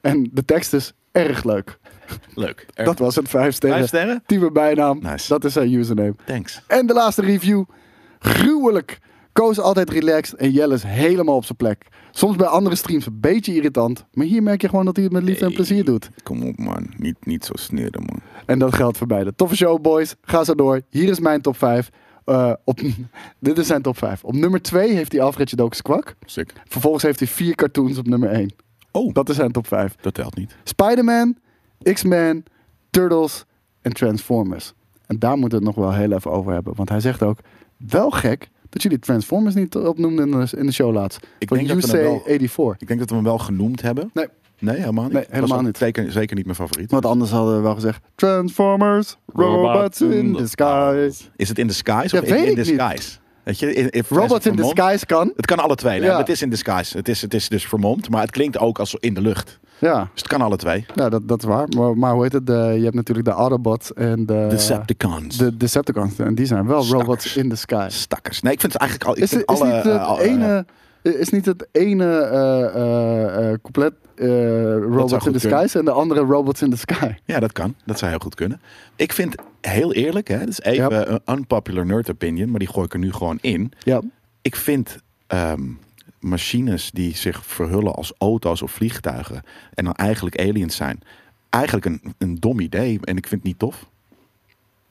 Speaker 3: en de tekst is erg leuk.
Speaker 2: Leuk.
Speaker 3: Dat was het, vijf
Speaker 2: Vijf
Speaker 3: sterren.
Speaker 2: sterren?
Speaker 3: Tieme bijnaam,
Speaker 2: Nice.
Speaker 3: dat is zijn username.
Speaker 2: Thanks.
Speaker 3: En de laatste review. Gruwelijk. Koos altijd relaxed en Jelle is helemaal op zijn plek. Soms bij andere streams een beetje irritant. Maar hier merk je gewoon dat hij het met liefde en plezier doet.
Speaker 2: Kom op, man. Niet, niet zo sneren, man.
Speaker 3: En dat geldt voor beide. Toffe show, boys. Ga zo door. Hier is mijn top 5. Eh, op, dit is zijn top 5. Op nummer 2 heeft hij Alfredje Dokus Kwak.
Speaker 2: Sick.
Speaker 3: Vervolgens heeft hij vier cartoons op nummer 1.
Speaker 2: Oh, dat,
Speaker 3: Dat is zijn top 5.
Speaker 2: telt niet.
Speaker 3: Spider-Man, X-Men, Turtles en Transformers. En daar moeten we het nog wel heel even over hebben. Want hij zegt ook, wel gek dat jullie Transformers niet opnoemden in de, in de show laatst.
Speaker 2: Ik
Speaker 3: Van
Speaker 2: denk dat we hem wel-
Speaker 3: UC84.
Speaker 2: Ik denk dat we hem wel genoemd hebben.
Speaker 3: Nee,
Speaker 2: Nee, helemaal niet.
Speaker 3: Nee,
Speaker 2: Dat was
Speaker 3: helemaal
Speaker 2: ook
Speaker 3: niet.
Speaker 2: Zeker, zeker niet mijn favoriet.
Speaker 3: want anders hadden we wel gezegd, Transformers, robots in the sky.
Speaker 2: Is het in the skies
Speaker 3: Ja,
Speaker 2: of in,
Speaker 3: weet
Speaker 2: in
Speaker 3: ik niet.
Speaker 2: disguise? Weet je, in- in Flies of
Speaker 3: Robots in the
Speaker 2: Vermont-
Speaker 3: skies kan.
Speaker 2: Het kan alle twee.
Speaker 3: Ja.
Speaker 2: Ja. Het is in disguise. Het is, het is dus vermomd, maar het klinkt ook als in de lucht.
Speaker 3: Ja,
Speaker 2: Dus het kan alle twee.
Speaker 3: ja dat, dat is waar. Maar, maar hoe heet het? De- je hebt natuurlijk de Autobots en de...
Speaker 2: Decepticons.
Speaker 3: Eh, De Decepticons. En die zijn wel
Speaker 2: Stakkers.
Speaker 3: robots in the sky.
Speaker 2: Stakkers. Nee, ik vind het eigenlijk al. Ik
Speaker 3: Is,
Speaker 2: vind
Speaker 3: het- is
Speaker 2: alle,
Speaker 3: niet het
Speaker 2: eh, al- eh,
Speaker 3: ene, is niet het ene eh, eh, eh, couplet eh, Robots in
Speaker 2: goed
Speaker 3: the
Speaker 2: kunnen.
Speaker 3: Skies en de andere Robots in the Sky?
Speaker 2: Ja, dat kan. Dat zou heel goed kunnen. Ik vind heel eerlijk, hè, dat is even
Speaker 3: Ja.
Speaker 2: een unpopular nerd opinion, maar die gooi ik er nu gewoon in.
Speaker 3: Ja.
Speaker 2: Ik vind ehm, machines die zich verhullen als auto's of vliegtuigen en dan eigenlijk aliens zijn, eigenlijk een, een dom idee en ik vind het niet tof.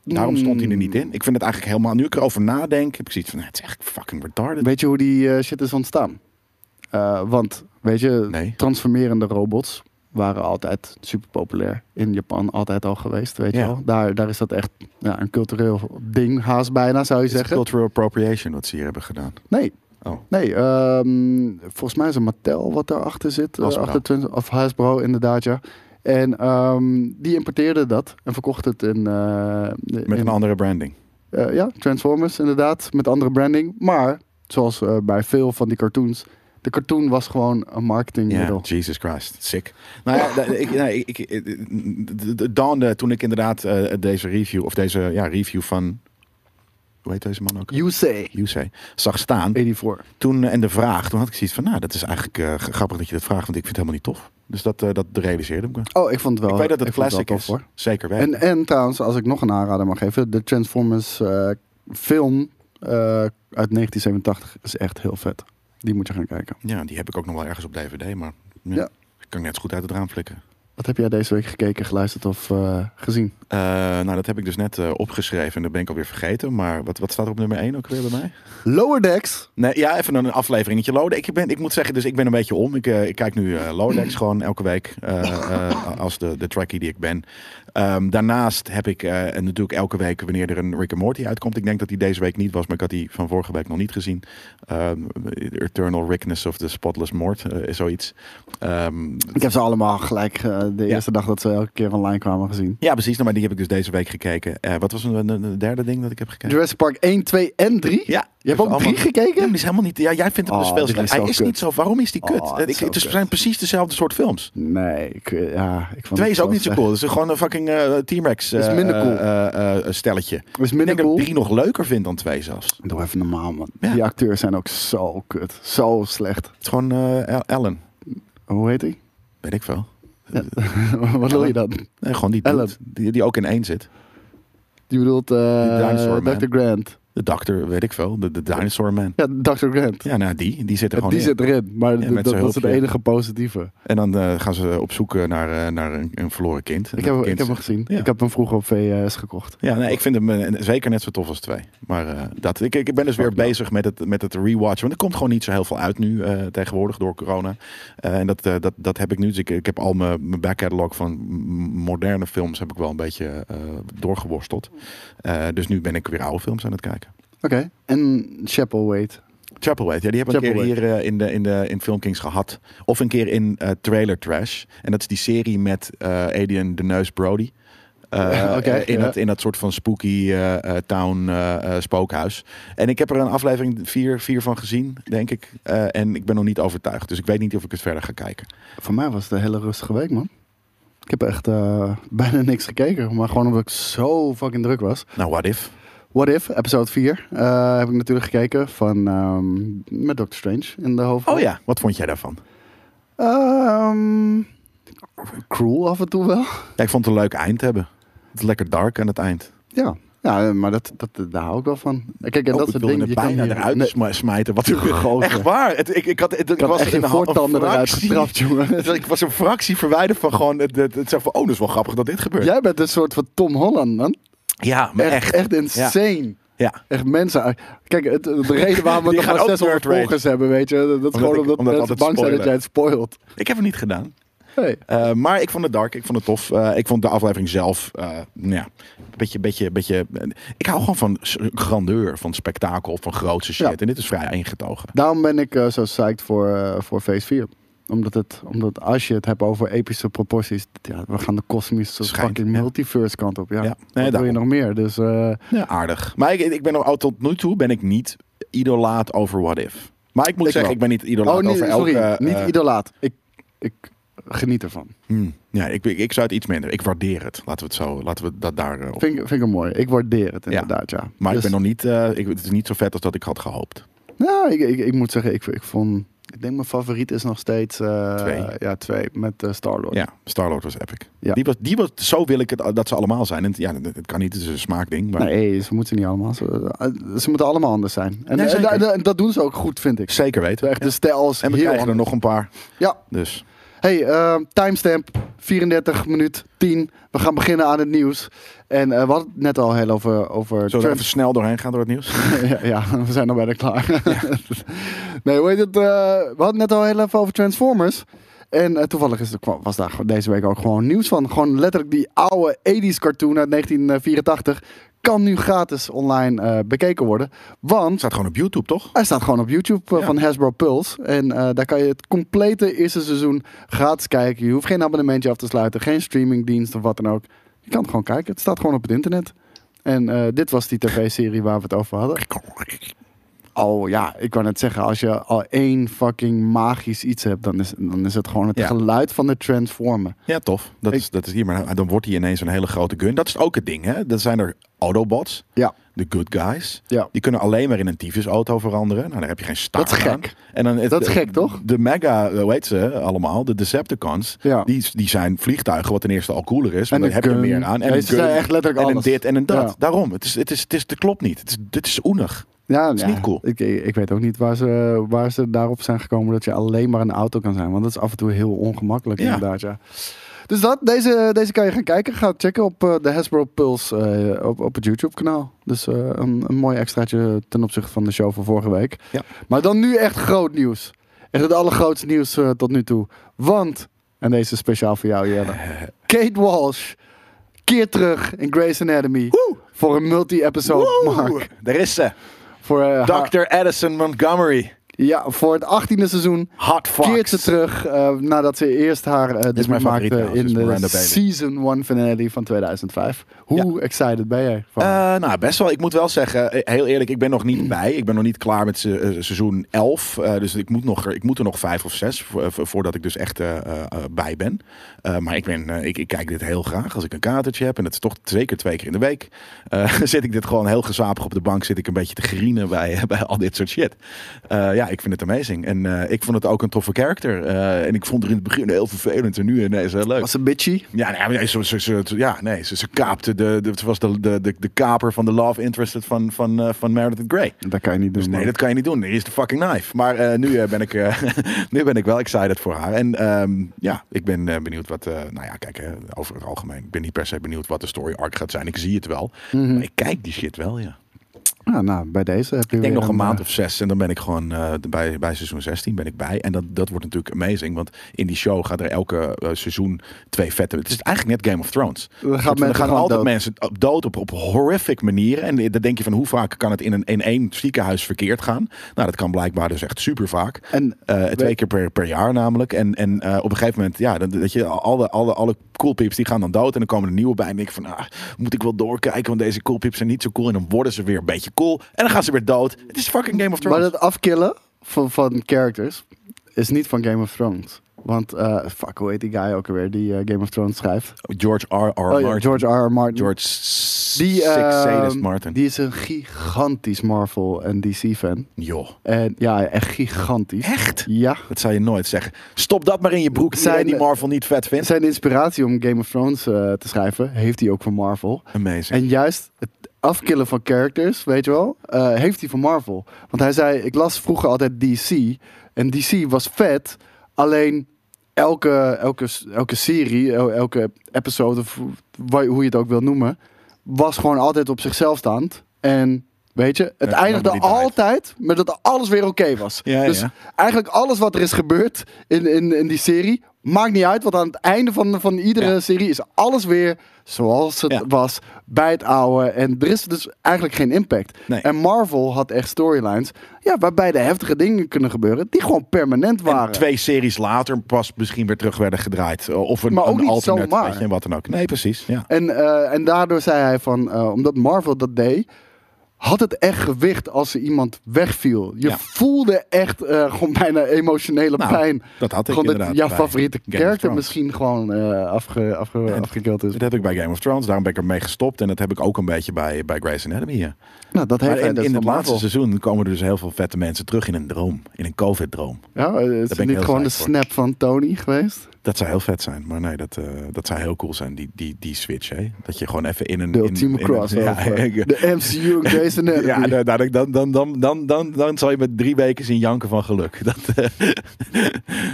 Speaker 2: Daarom stond hij er niet
Speaker 3: Hmm.
Speaker 2: in. Ik vind het eigenlijk helemaal. Nu ik erover nadenk, heb ik zoiets van: nee, het is eigenlijk fucking retarded.
Speaker 3: Weet je hoe die eh, shit is ontstaan? Eh, want, weet je,
Speaker 2: Nee.
Speaker 3: transformerende robots waren altijd super populair in Japan, altijd al geweest, weet je
Speaker 2: Ja.
Speaker 3: wel. Daar, daar is dat echt ja, een cultureel ding, haast bijna, zou je
Speaker 2: Het is
Speaker 3: zeggen.
Speaker 2: cultural appropriation wat ze hier hebben gedaan.
Speaker 3: Nee.
Speaker 2: Oh.
Speaker 3: Nee, ehm, volgens mij is het Mattel wat daarachter zit. eh,
Speaker 2: Hasbro.
Speaker 3: Achter Twin- of Hasbro, inderdaad, ja. En ehm, die importeerde dat en verkocht het in... eh,
Speaker 2: Met
Speaker 3: in-
Speaker 2: een andere branding.
Speaker 3: eh, ja, Transformers inderdaad, met andere branding. Maar, zoals eh, bij veel van die cartoons... De cartoon was gewoon een marketingmiddel.
Speaker 2: Jesus Christ, sick. Nou ja, d- ik, nou, ik, ik, d- d- dawnde toen ik inderdaad eh, deze review, of deze ja, review van, hoe heet deze man ook?
Speaker 3: UC.
Speaker 2: Yusei, zag staan.
Speaker 3: 84.
Speaker 2: Toen, eh, en de vraag, toen had ik zoiets van, nou, dat is eigenlijk eh, g- grappig dat je dat vraagt, want ik vind het helemaal niet tof. Dus dat, eh, dat realiseerde ik me.
Speaker 3: Oh, ik vond het wel
Speaker 2: ik weet dat het
Speaker 3: vond
Speaker 2: classic
Speaker 3: wel
Speaker 2: is,
Speaker 3: tof, hoor.
Speaker 2: zeker wel.
Speaker 3: En, en trouwens, als ik nog een aanrader mag geven... De Transformers eh, film eh, uit 1987 is echt heel vet. Die moet je gaan kijken.
Speaker 2: Ja, die heb ik ook nog wel ergens op DVD, maar ja,
Speaker 3: Ja.
Speaker 2: kan ik net zo goed uit het raam flikken.
Speaker 3: Wat heb jij deze week gekeken, geluisterd of eh, gezien?
Speaker 2: Eh, nou, dat heb ik dus net eh, opgeschreven en dat ben ik alweer vergeten. Maar wat, wat staat er op nummer 1 ook weer bij mij?
Speaker 3: Lower Decks.
Speaker 2: Nee, ja, even een afleveringetje Lodex. Ik, ben, ik moet zeggen, dus ik ben een beetje om. Ik, eh, ik kijk nu eh Lodex gewoon elke week eh, eh, als de, de trackie die ik ben. Ehm, daarnaast heb ik, eh, en natuurlijk elke week wanneer er een Rick and Morty uitkomt. Ik denk dat die deze week niet was, maar ik had die van vorige week nog niet gezien. Ehm, Eternal Rickness of the Spotless Mort, eh, is zoiets. Ehm,
Speaker 3: Ik heb ze allemaal gelijk eh, de
Speaker 2: Ja.
Speaker 3: eerste dag dat ze elke keer online kwamen gezien.
Speaker 2: ja, precies. Nou, maar die heb ik dus deze week gekeken. Eh, wat was een, een- een derde ding dat ik heb gekeken?
Speaker 3: Jurassic Park 1, 2 en 3?
Speaker 2: Ja,
Speaker 3: Je hebt ook
Speaker 2: allemaal-
Speaker 3: drie gekeken?
Speaker 2: Ja, maar die is helemaal niet. Ja, jij vindt hem een
Speaker 3: Oh,
Speaker 2: speel
Speaker 3: dit is
Speaker 2: Hij
Speaker 3: zo
Speaker 2: is
Speaker 3: kut.
Speaker 2: niet zo. Waarom is die
Speaker 3: Oh,
Speaker 2: kut?
Speaker 3: dit
Speaker 2: het
Speaker 3: is zo
Speaker 2: het
Speaker 3: kut.
Speaker 2: zijn precies dezelfde soort films.
Speaker 3: Nee, ik, eh, ja, ik vond
Speaker 2: Twee
Speaker 3: het
Speaker 2: is ook niet zo
Speaker 3: slecht.
Speaker 2: cool. Dat is gewoon een fucking eh, T-Rex eh,
Speaker 3: Dat is minder cool.
Speaker 2: eh, eh, eh, stelletje.
Speaker 3: Het is
Speaker 2: Ik
Speaker 3: minder
Speaker 2: denk dat ik
Speaker 3: cool.
Speaker 2: drie nog leuker vind dan twee zelfs. Het
Speaker 3: Doe even normaal, man.
Speaker 2: Ja.
Speaker 3: Die acteurs zijn ook zo kut. Zo slecht.
Speaker 2: is gewoon eh, El- Ellen.
Speaker 3: Hoe heet hij?
Speaker 2: Weet ik veel.
Speaker 3: Wat wil je dan?
Speaker 2: Nee, gewoon die
Speaker 3: Ellen.
Speaker 2: dude Die, die ook in één zit.
Speaker 3: Die bedoelt eh,
Speaker 2: Die dinosaur man.
Speaker 3: Dr. Grant.
Speaker 2: De dokter, weet ik veel. De, de dinosaur man.
Speaker 3: Ja, Dr. Grant.
Speaker 2: Ja, nou die. Die zit er
Speaker 3: die
Speaker 2: gewoon in.
Speaker 3: zit erin, maar
Speaker 2: met
Speaker 3: dat,
Speaker 2: zijn
Speaker 3: dat is het
Speaker 2: hulpje.
Speaker 3: enige positieve.
Speaker 2: En dan eh, gaan ze op zoek eh, naar, eh, naar een, een verloren kind. En
Speaker 3: Ik
Speaker 2: dat
Speaker 3: heb, ik
Speaker 2: kind-
Speaker 3: heb hem gezien.
Speaker 2: Ja.
Speaker 3: Ik heb hem vroeger op VS gekocht.
Speaker 2: Ja, nee, ik vind hem eh, zeker net zo tof als twee. Maar eh, dat, ik, ik ben dus weer
Speaker 3: Fuck no.
Speaker 2: bezig met het, met het rewatchen. Want er komt gewoon niet zo heel veel uit nu eh, tegenwoordig door corona. Eh, en dat, eh, dat, dat heb ik nu. Dus ik, ik heb al mijn, mijn back catalog van m- moderne films heb ik wel een beetje eh, doorgeworsteld. Eh, dus nu ben ik weer oude films aan het kijken.
Speaker 3: Oké. En Chapel Wait.
Speaker 2: Chapelwaite, ja, die hebben we een keer
Speaker 3: Chapelwaite.
Speaker 2: hier eh, in, de, in, de, in Filmkings gehad. Of een keer in eh, Trailer Trash. En dat is die serie met eh Adrian de Neus Brody. Eh,
Speaker 3: Oké,
Speaker 2: eh, in,
Speaker 3: ja.
Speaker 2: dat, in dat soort van spooky eh, eh, town eh, eh, spookhuis. En ik heb er een aflevering vier, vier van gezien, denk ik. Eh, en ik ben nog niet overtuigd. Dus ik weet niet of ik het verder ga kijken.
Speaker 3: Voor mij was het een hele rustige week, man. Ik heb echt eh, bijna niks gekeken. Maar gewoon omdat ik zo fucking druk was.
Speaker 2: Nou, what if?
Speaker 3: What If, episode 4, eh, heb ik natuurlijk gekeken van, ehm, met Doctor Strange in de hoofd.
Speaker 2: Oh ja, wat vond jij daarvan? Oh.
Speaker 3: Ehm, cruel af en toe wel.
Speaker 2: Ja, ik vond het een leuk eind hebben. Het is lekker dark aan het eind.
Speaker 3: Ja, ja maar dat, dat, daar hou ik wel van. Kijk, en
Speaker 2: Oh,
Speaker 3: dat
Speaker 2: ik
Speaker 3: soort
Speaker 2: wilde
Speaker 3: dingen.
Speaker 2: het
Speaker 3: je kan
Speaker 2: bijna
Speaker 3: hier-
Speaker 2: eruit
Speaker 3: Nee,
Speaker 2: sma- smijten. Wat u
Speaker 3: Gozer.
Speaker 2: Echt waar. Het, ik, ik had, het, ik
Speaker 3: ik had
Speaker 2: was
Speaker 3: echt
Speaker 2: in
Speaker 3: je
Speaker 2: een halve
Speaker 3: voortanden eruit
Speaker 2: fractie.
Speaker 3: getrapt, jongen.
Speaker 2: Dus ik was een fractie verwijderd van gewoon het, het, het zo van, oh, dat is wel grappig dat dit gebeurt.
Speaker 3: Jij bent een soort van Tom Holland, man.
Speaker 2: Ja, maar
Speaker 3: Echt, echt insane.
Speaker 2: Ja.
Speaker 3: Echt mensen. Kijk, het, de reden waarom we
Speaker 2: Die
Speaker 3: nog
Speaker 2: gaan
Speaker 3: maar
Speaker 2: ook
Speaker 3: 600
Speaker 2: nerd rage.
Speaker 3: volgers hebben, weet je. Dat, dat is
Speaker 2: Omdat
Speaker 3: gewoon
Speaker 2: ik-
Speaker 3: omdat,
Speaker 2: omdat ik
Speaker 3: mensen
Speaker 2: altijd
Speaker 3: bang zijn dat jij het spoilt.
Speaker 2: Ik heb het niet gedaan.
Speaker 3: Hey.
Speaker 2: Eh, maar ik vond het dark, ik vond het tof. Eh, ik vond de aflevering zelf, eh, nou ja, een beetje, beetje, beetje... eh, Ik hou gewoon van s- grandeur, van spektakel, van grootse shit.
Speaker 3: Ja.
Speaker 2: En dit is vrij ingetogen.
Speaker 3: Daarom ben ik eh, zo psyched voor, eh, voor Phase 4. Omdat, het, omdat als je het hebt over epische proporties, ja, we gaan de kosmische
Speaker 2: Schijnt,
Speaker 3: fucking
Speaker 2: ja.
Speaker 3: multiverse kant op.
Speaker 2: Ja,
Speaker 3: Ja.
Speaker 2: nee,
Speaker 3: Wat wil je
Speaker 2: daarom.
Speaker 3: nog meer? Dus eh,
Speaker 2: Ja, aardig. Maar ik, ik ben nog, tot nu toe ben ik niet idolaat over What If. Maar ik moet
Speaker 3: Ik
Speaker 2: zeggen,
Speaker 3: wel.
Speaker 2: ik ben niet idolaat
Speaker 3: oh, nee,
Speaker 2: over
Speaker 3: sorry,
Speaker 2: elke...
Speaker 3: niet
Speaker 2: eh,
Speaker 3: idolaat. Ik, ik geniet ervan.
Speaker 2: hmm. ja, ik, ik, ik zou het iets minder. Ik waardeer het. Laten we het zo, laten we dat daar eh, op.
Speaker 3: Vind, ik- vind ik hem mooi. Ik waardeer het
Speaker 2: Ja.
Speaker 3: inderdaad, ja.
Speaker 2: Maar
Speaker 3: Dus-
Speaker 2: ik ben nog niet, eh, ik, het is niet zo vet als dat ik had gehoopt.
Speaker 3: Nou, ik, ik, ik moet zeggen, ik, ik vond... Ik denk mijn favoriet is nog steeds... eh,
Speaker 2: Twee.
Speaker 3: Ja, twee. Met eh, Star-Lord.
Speaker 2: Ja, Star-Lord was epic.
Speaker 3: Ja.
Speaker 2: Die, was, die was, zo wil ik het, eh, dat ze allemaal zijn. En het- ja, het het kan niet, het is een smaakding. Maar
Speaker 3: Nee, ze moeten niet allemaal. Ze, eh, ze moeten allemaal anders zijn. En,
Speaker 2: Nee,
Speaker 3: en-
Speaker 2: zeker.
Speaker 3: en- en dat doen ze ook goed, vind ik.
Speaker 2: zeker weten.
Speaker 3: Echt de stijl is
Speaker 2: En we
Speaker 3: heel
Speaker 2: krijgen er
Speaker 3: anders.
Speaker 2: nog een paar.
Speaker 3: Ja.
Speaker 2: Dus
Speaker 3: Hey, ehm, timestamp 34 minuut 10. We gaan beginnen aan het nieuws. En eh, we hadden het net al heel over, over
Speaker 2: zullen we
Speaker 3: Trump.
Speaker 2: even snel doorheen gaan door het nieuws?
Speaker 3: ja, ja, we zijn al bijna klaar. nee, hoe heet het? eh, we hadden het net al heel even over Transformers. En eh, toevallig is er, kwam- was daar gewoon deze week ook gewoon nieuws van. Gewoon letterlijk die oude 80s cartoon uit 1984 kan nu gratis online eh, bekeken worden. Want
Speaker 2: Het staat gewoon op YouTube, toch?
Speaker 3: hij staat gewoon op YouTube eh,
Speaker 2: Ja.
Speaker 3: van Hasbro Pulse. En eh, daar kan je het complete eerste seizoen gratis kijken. Je hoeft geen abonnementje af te sluiten, geen streamingdienst of wat dan ook. Je kan het gewoon kijken. Het staat gewoon op het internet. En eh, dit was die tv-serie waar we het over hadden. Oh ja, ik kan het zeggen. Als je al één fucking magisch iets hebt, dan is, dan is het gewoon het
Speaker 2: Ja.
Speaker 3: geluid van de transformen.
Speaker 2: Ja, tof. Dat,
Speaker 3: Ik-
Speaker 2: is, dat is hier. Maar dan wordt hij ineens een hele grote gun. Dat is ook het ding, hè? Dan zijn er Autobots,
Speaker 3: Ja,
Speaker 2: de good guys.
Speaker 3: ja.
Speaker 2: Die kunnen alleen maar in een tyfusauto veranderen. Nou, daar heb je geen staart
Speaker 3: Dat is
Speaker 2: aan.
Speaker 3: gek.
Speaker 2: En dan,
Speaker 3: Dat is gek, toch?
Speaker 2: De mega, eh, hoe heet ze allemaal, de Decepticons.
Speaker 3: Ja.
Speaker 2: Die, die zijn vliegtuigen, wat ten eerste al cooler is. Maar
Speaker 3: En
Speaker 2: daar
Speaker 3: een
Speaker 2: heb je
Speaker 3: gun.
Speaker 2: meer aan. En
Speaker 3: Ja,
Speaker 2: een
Speaker 3: ze zijn
Speaker 2: gun.
Speaker 3: echt letterlijk
Speaker 2: en
Speaker 3: alles.
Speaker 2: een dit en een dat.
Speaker 3: Ja.
Speaker 2: Daarom. Het, is, het, is, het, is, het klopt niet. Het is, dit is oenig.
Speaker 3: Ja,
Speaker 2: is
Speaker 3: ja,
Speaker 2: niet cool.
Speaker 3: Ik, ik, ik weet ook niet waar ze, waar ze daarop zijn gekomen dat je alleen maar een auto kan zijn. Want dat is af en toe heel ongemakkelijk
Speaker 2: Ja.
Speaker 3: inderdaad, ja. Dus dat, deze, deze kan je gaan kijken. Ga checken op eh, de Hasbro Pulse eh, op, op het YouTube-kanaal. Dus eh, een, een mooi extraatje ten opzichte van de show van vorige week.
Speaker 2: Ja.
Speaker 3: Maar dan nu echt groot nieuws. Echt het allergrootste nieuws eh, tot nu toe. Want, en deze is speciaal voor jou Jelle. Kate Walsh keert terug in Grey's Anatomy.
Speaker 2: Woe!
Speaker 3: Voor een multi-episode
Speaker 2: Mark,
Speaker 3: mark.
Speaker 2: daar is ze.
Speaker 3: Voor, eh, haar-
Speaker 2: Dr. Addison Montgomery.
Speaker 3: ja, voor het 18e seizoen
Speaker 2: Hot fuck.
Speaker 3: keert ze terug eh, nadat ze eerst haar eh debuut
Speaker 2: mijn favoriet
Speaker 3: maakte
Speaker 2: trouwens,
Speaker 3: in
Speaker 2: is Miranda
Speaker 3: de
Speaker 2: Bailey.
Speaker 3: season 1 finale van 2005. Hoe excited ben jij? Van?
Speaker 2: Eh, nou, best wel. Ik moet wel zeggen, eh, heel eerlijk, ik ben nog niet bij. Ik ben nog niet klaar met se- eh, seizoen 11. eh, dus ik moet, nog, er- ik moet er nog vijf of zes vo- eh, vo- voordat ik dus echt eh, eh, eh, bij ben. Eh, maar ik, ben, eh, ik, ik kijk dit heel graag. Als ik een katertje heb, en dat is toch zeker twee keer in de week, eh, zit ik dit gewoon heel gezapig op de bank. Zit ik een beetje te grienen bij, bij al dit soort shit. Eh, ja, ik vind het amazing. En eh, ik vond het ook een toffe karakter. Eh, en ik vond er in het begin heel vervelend en nu ineens heel leuk.
Speaker 3: Was een bitchy?
Speaker 2: Ja, nee, maar nee, ze, ze, ze- ja, nee, ze, ze kaapte de, de, ze was de, de, de, de kaper van de love interest van, van, eh, van Meredith Grey.
Speaker 3: Dat kan je niet doen.
Speaker 2: Dus nee, dat kan je niet doen. Hier is de fucking knife. Maar eh, nu, eh, ben ik, eh, nu ben ik wel excited voor haar. En ehm, ja, ik ben eh, benieuwd wat... eh, nou ja, kijk, eh, over het algemeen. Ik ben niet per se benieuwd wat de story arc gaat zijn. Ik zie het wel. Maar ik kijk die shit wel, ja.
Speaker 3: nou, nou, bij deze heb je
Speaker 2: Ik denk
Speaker 3: weer
Speaker 2: nog een maand
Speaker 3: eh,
Speaker 2: of zes en dan ben ik gewoon eh, bij, bij seizoen 16 ben ik bij. En dat, dat wordt natuurlijk amazing, want in die show gaat er elke eh, seizoen twee vette... Het is eigenlijk net Game of Thrones.
Speaker 3: Dan gaan
Speaker 2: Er gaan
Speaker 3: mensen gewoon
Speaker 2: altijd
Speaker 3: dood.
Speaker 2: mensen op- dood op, op horrific manieren. En dan denk je van hoe vaak kan het in, een, in één ziekenhuis verkeerd gaan? Nou, dat kan blijkbaar dus echt super vaak.
Speaker 3: En
Speaker 2: Eh, twee
Speaker 3: weet-
Speaker 2: keer per, per jaar namelijk. En, en eh, op een gegeven moment, ja, dat, dat je alle, alle, alle cool pips die gaan dan dood. En dan komen er nieuwe bij. En ik van, ah, moet ik wel doorkijken, want deze cool pips zijn niet zo cool. En dan worden ze weer een beetje cool. En dan gaan ze weer dood. Het is fucking Game of
Speaker 3: Maar
Speaker 2: Thrones.
Speaker 3: dat afkillen van, van characters is niet van Game of Thrones. Want, eh, fuck, hoe heet die guy ook alweer die eh, Game of Thrones schrijft?
Speaker 2: George R. R.
Speaker 3: Oh ja,
Speaker 2: Martin.
Speaker 3: George R. R. Martin.
Speaker 2: George S-
Speaker 3: die,
Speaker 2: Six
Speaker 3: eh,
Speaker 2: Sadist Martin.
Speaker 3: die is een gigantisch Marvel en DC-fan.
Speaker 2: Joh.
Speaker 3: En ja, echt gigantisch.
Speaker 2: Echt?
Speaker 3: Ja.
Speaker 2: Dat zou je nooit zeggen. Stop dat maar in je broek.
Speaker 3: Zijn-
Speaker 2: Iedereen die Marvel niet vet vindt.
Speaker 3: Zijn inspiratie om Game of Thrones eh, te schrijven heeft hij ook van Marvel.
Speaker 2: Amazing.
Speaker 3: En juist het afkillen van characters, weet je wel, eh, heeft hij van Marvel. Want hij zei, ik las vroeger altijd DC. En DC was vet, alleen elke, elke, elke serie, el- elke episode, of wa- hoe je het ook wil noemen, was gewoon altijd op zichzelf staand. En weet je, het
Speaker 2: Ja,
Speaker 3: eindigde
Speaker 2: nobody died.
Speaker 3: altijd met dat alles weer oké was.
Speaker 2: Ja, ja,
Speaker 3: dus
Speaker 2: ja.
Speaker 3: eigenlijk alles wat er is gebeurd in, in, in die serie, maakt niet uit. Want aan het einde van, van iedere
Speaker 2: Ja.
Speaker 3: serie is alles weer zoals het
Speaker 2: Ja.
Speaker 3: was bij het oude. En er is dus eigenlijk geen impact.
Speaker 2: Nee.
Speaker 3: En Marvel had echt storylines ja, waarbij de heftige dingen kunnen gebeuren die gewoon permanent waren.
Speaker 2: En twee series later pas misschien weer terug werden gedraaid. Eh, Of een,
Speaker 3: Maar ook
Speaker 2: een
Speaker 3: niet
Speaker 2: alternate,
Speaker 3: zomaar.
Speaker 2: weet je, en wat dan ook. Nee, precies. Ja.
Speaker 3: En, eh, en daardoor zei hij van, eh, omdat Marvel dat deed, had het echt gewicht als er iemand wegviel. Je
Speaker 2: Ja.
Speaker 3: voelde echt eh, gewoon bijna emotionele
Speaker 2: Nou,
Speaker 3: pijn.
Speaker 2: dat had ik
Speaker 3: gewoon
Speaker 2: inderdaad
Speaker 3: jouw
Speaker 2: bij
Speaker 3: favoriete
Speaker 2: Game of
Speaker 3: character
Speaker 2: Thrones.
Speaker 3: misschien gewoon eh afge, afge, afgekild is.
Speaker 2: Dat heb ik bij Game of Thrones, daarom ben ik ermee gestopt. En dat heb ik ook een beetje bij, bij Grey's Anatomy. Ja.
Speaker 3: Nou, dat heeft
Speaker 2: Maar
Speaker 3: hij
Speaker 2: in,
Speaker 3: dus
Speaker 2: in
Speaker 3: van
Speaker 2: het laatste
Speaker 3: Marvel.
Speaker 2: seizoen komen er dus heel veel vette mensen terug in een droom. In een COVID-droom.
Speaker 3: Ja, eh, is
Speaker 2: ben
Speaker 3: het
Speaker 2: ik
Speaker 3: niet
Speaker 2: heel
Speaker 3: gewoon de
Speaker 2: blij voor.
Speaker 3: snap van Tony geweest?
Speaker 2: Dat zou heel vet zijn. Maar nee, dat, eh, dat zou heel cool zijn, die, die, die switch. Hè? Dat je gewoon even in een...
Speaker 3: De
Speaker 2: in-
Speaker 3: ultieme
Speaker 2: in een-
Speaker 3: crossover.
Speaker 2: Ja,
Speaker 3: de MCU en Grey's Anatomy.
Speaker 2: Ja, nou, nou, dan, dan, dan, dan, dan, dan zal je met drie weken zien janken van geluk. Dat, eh,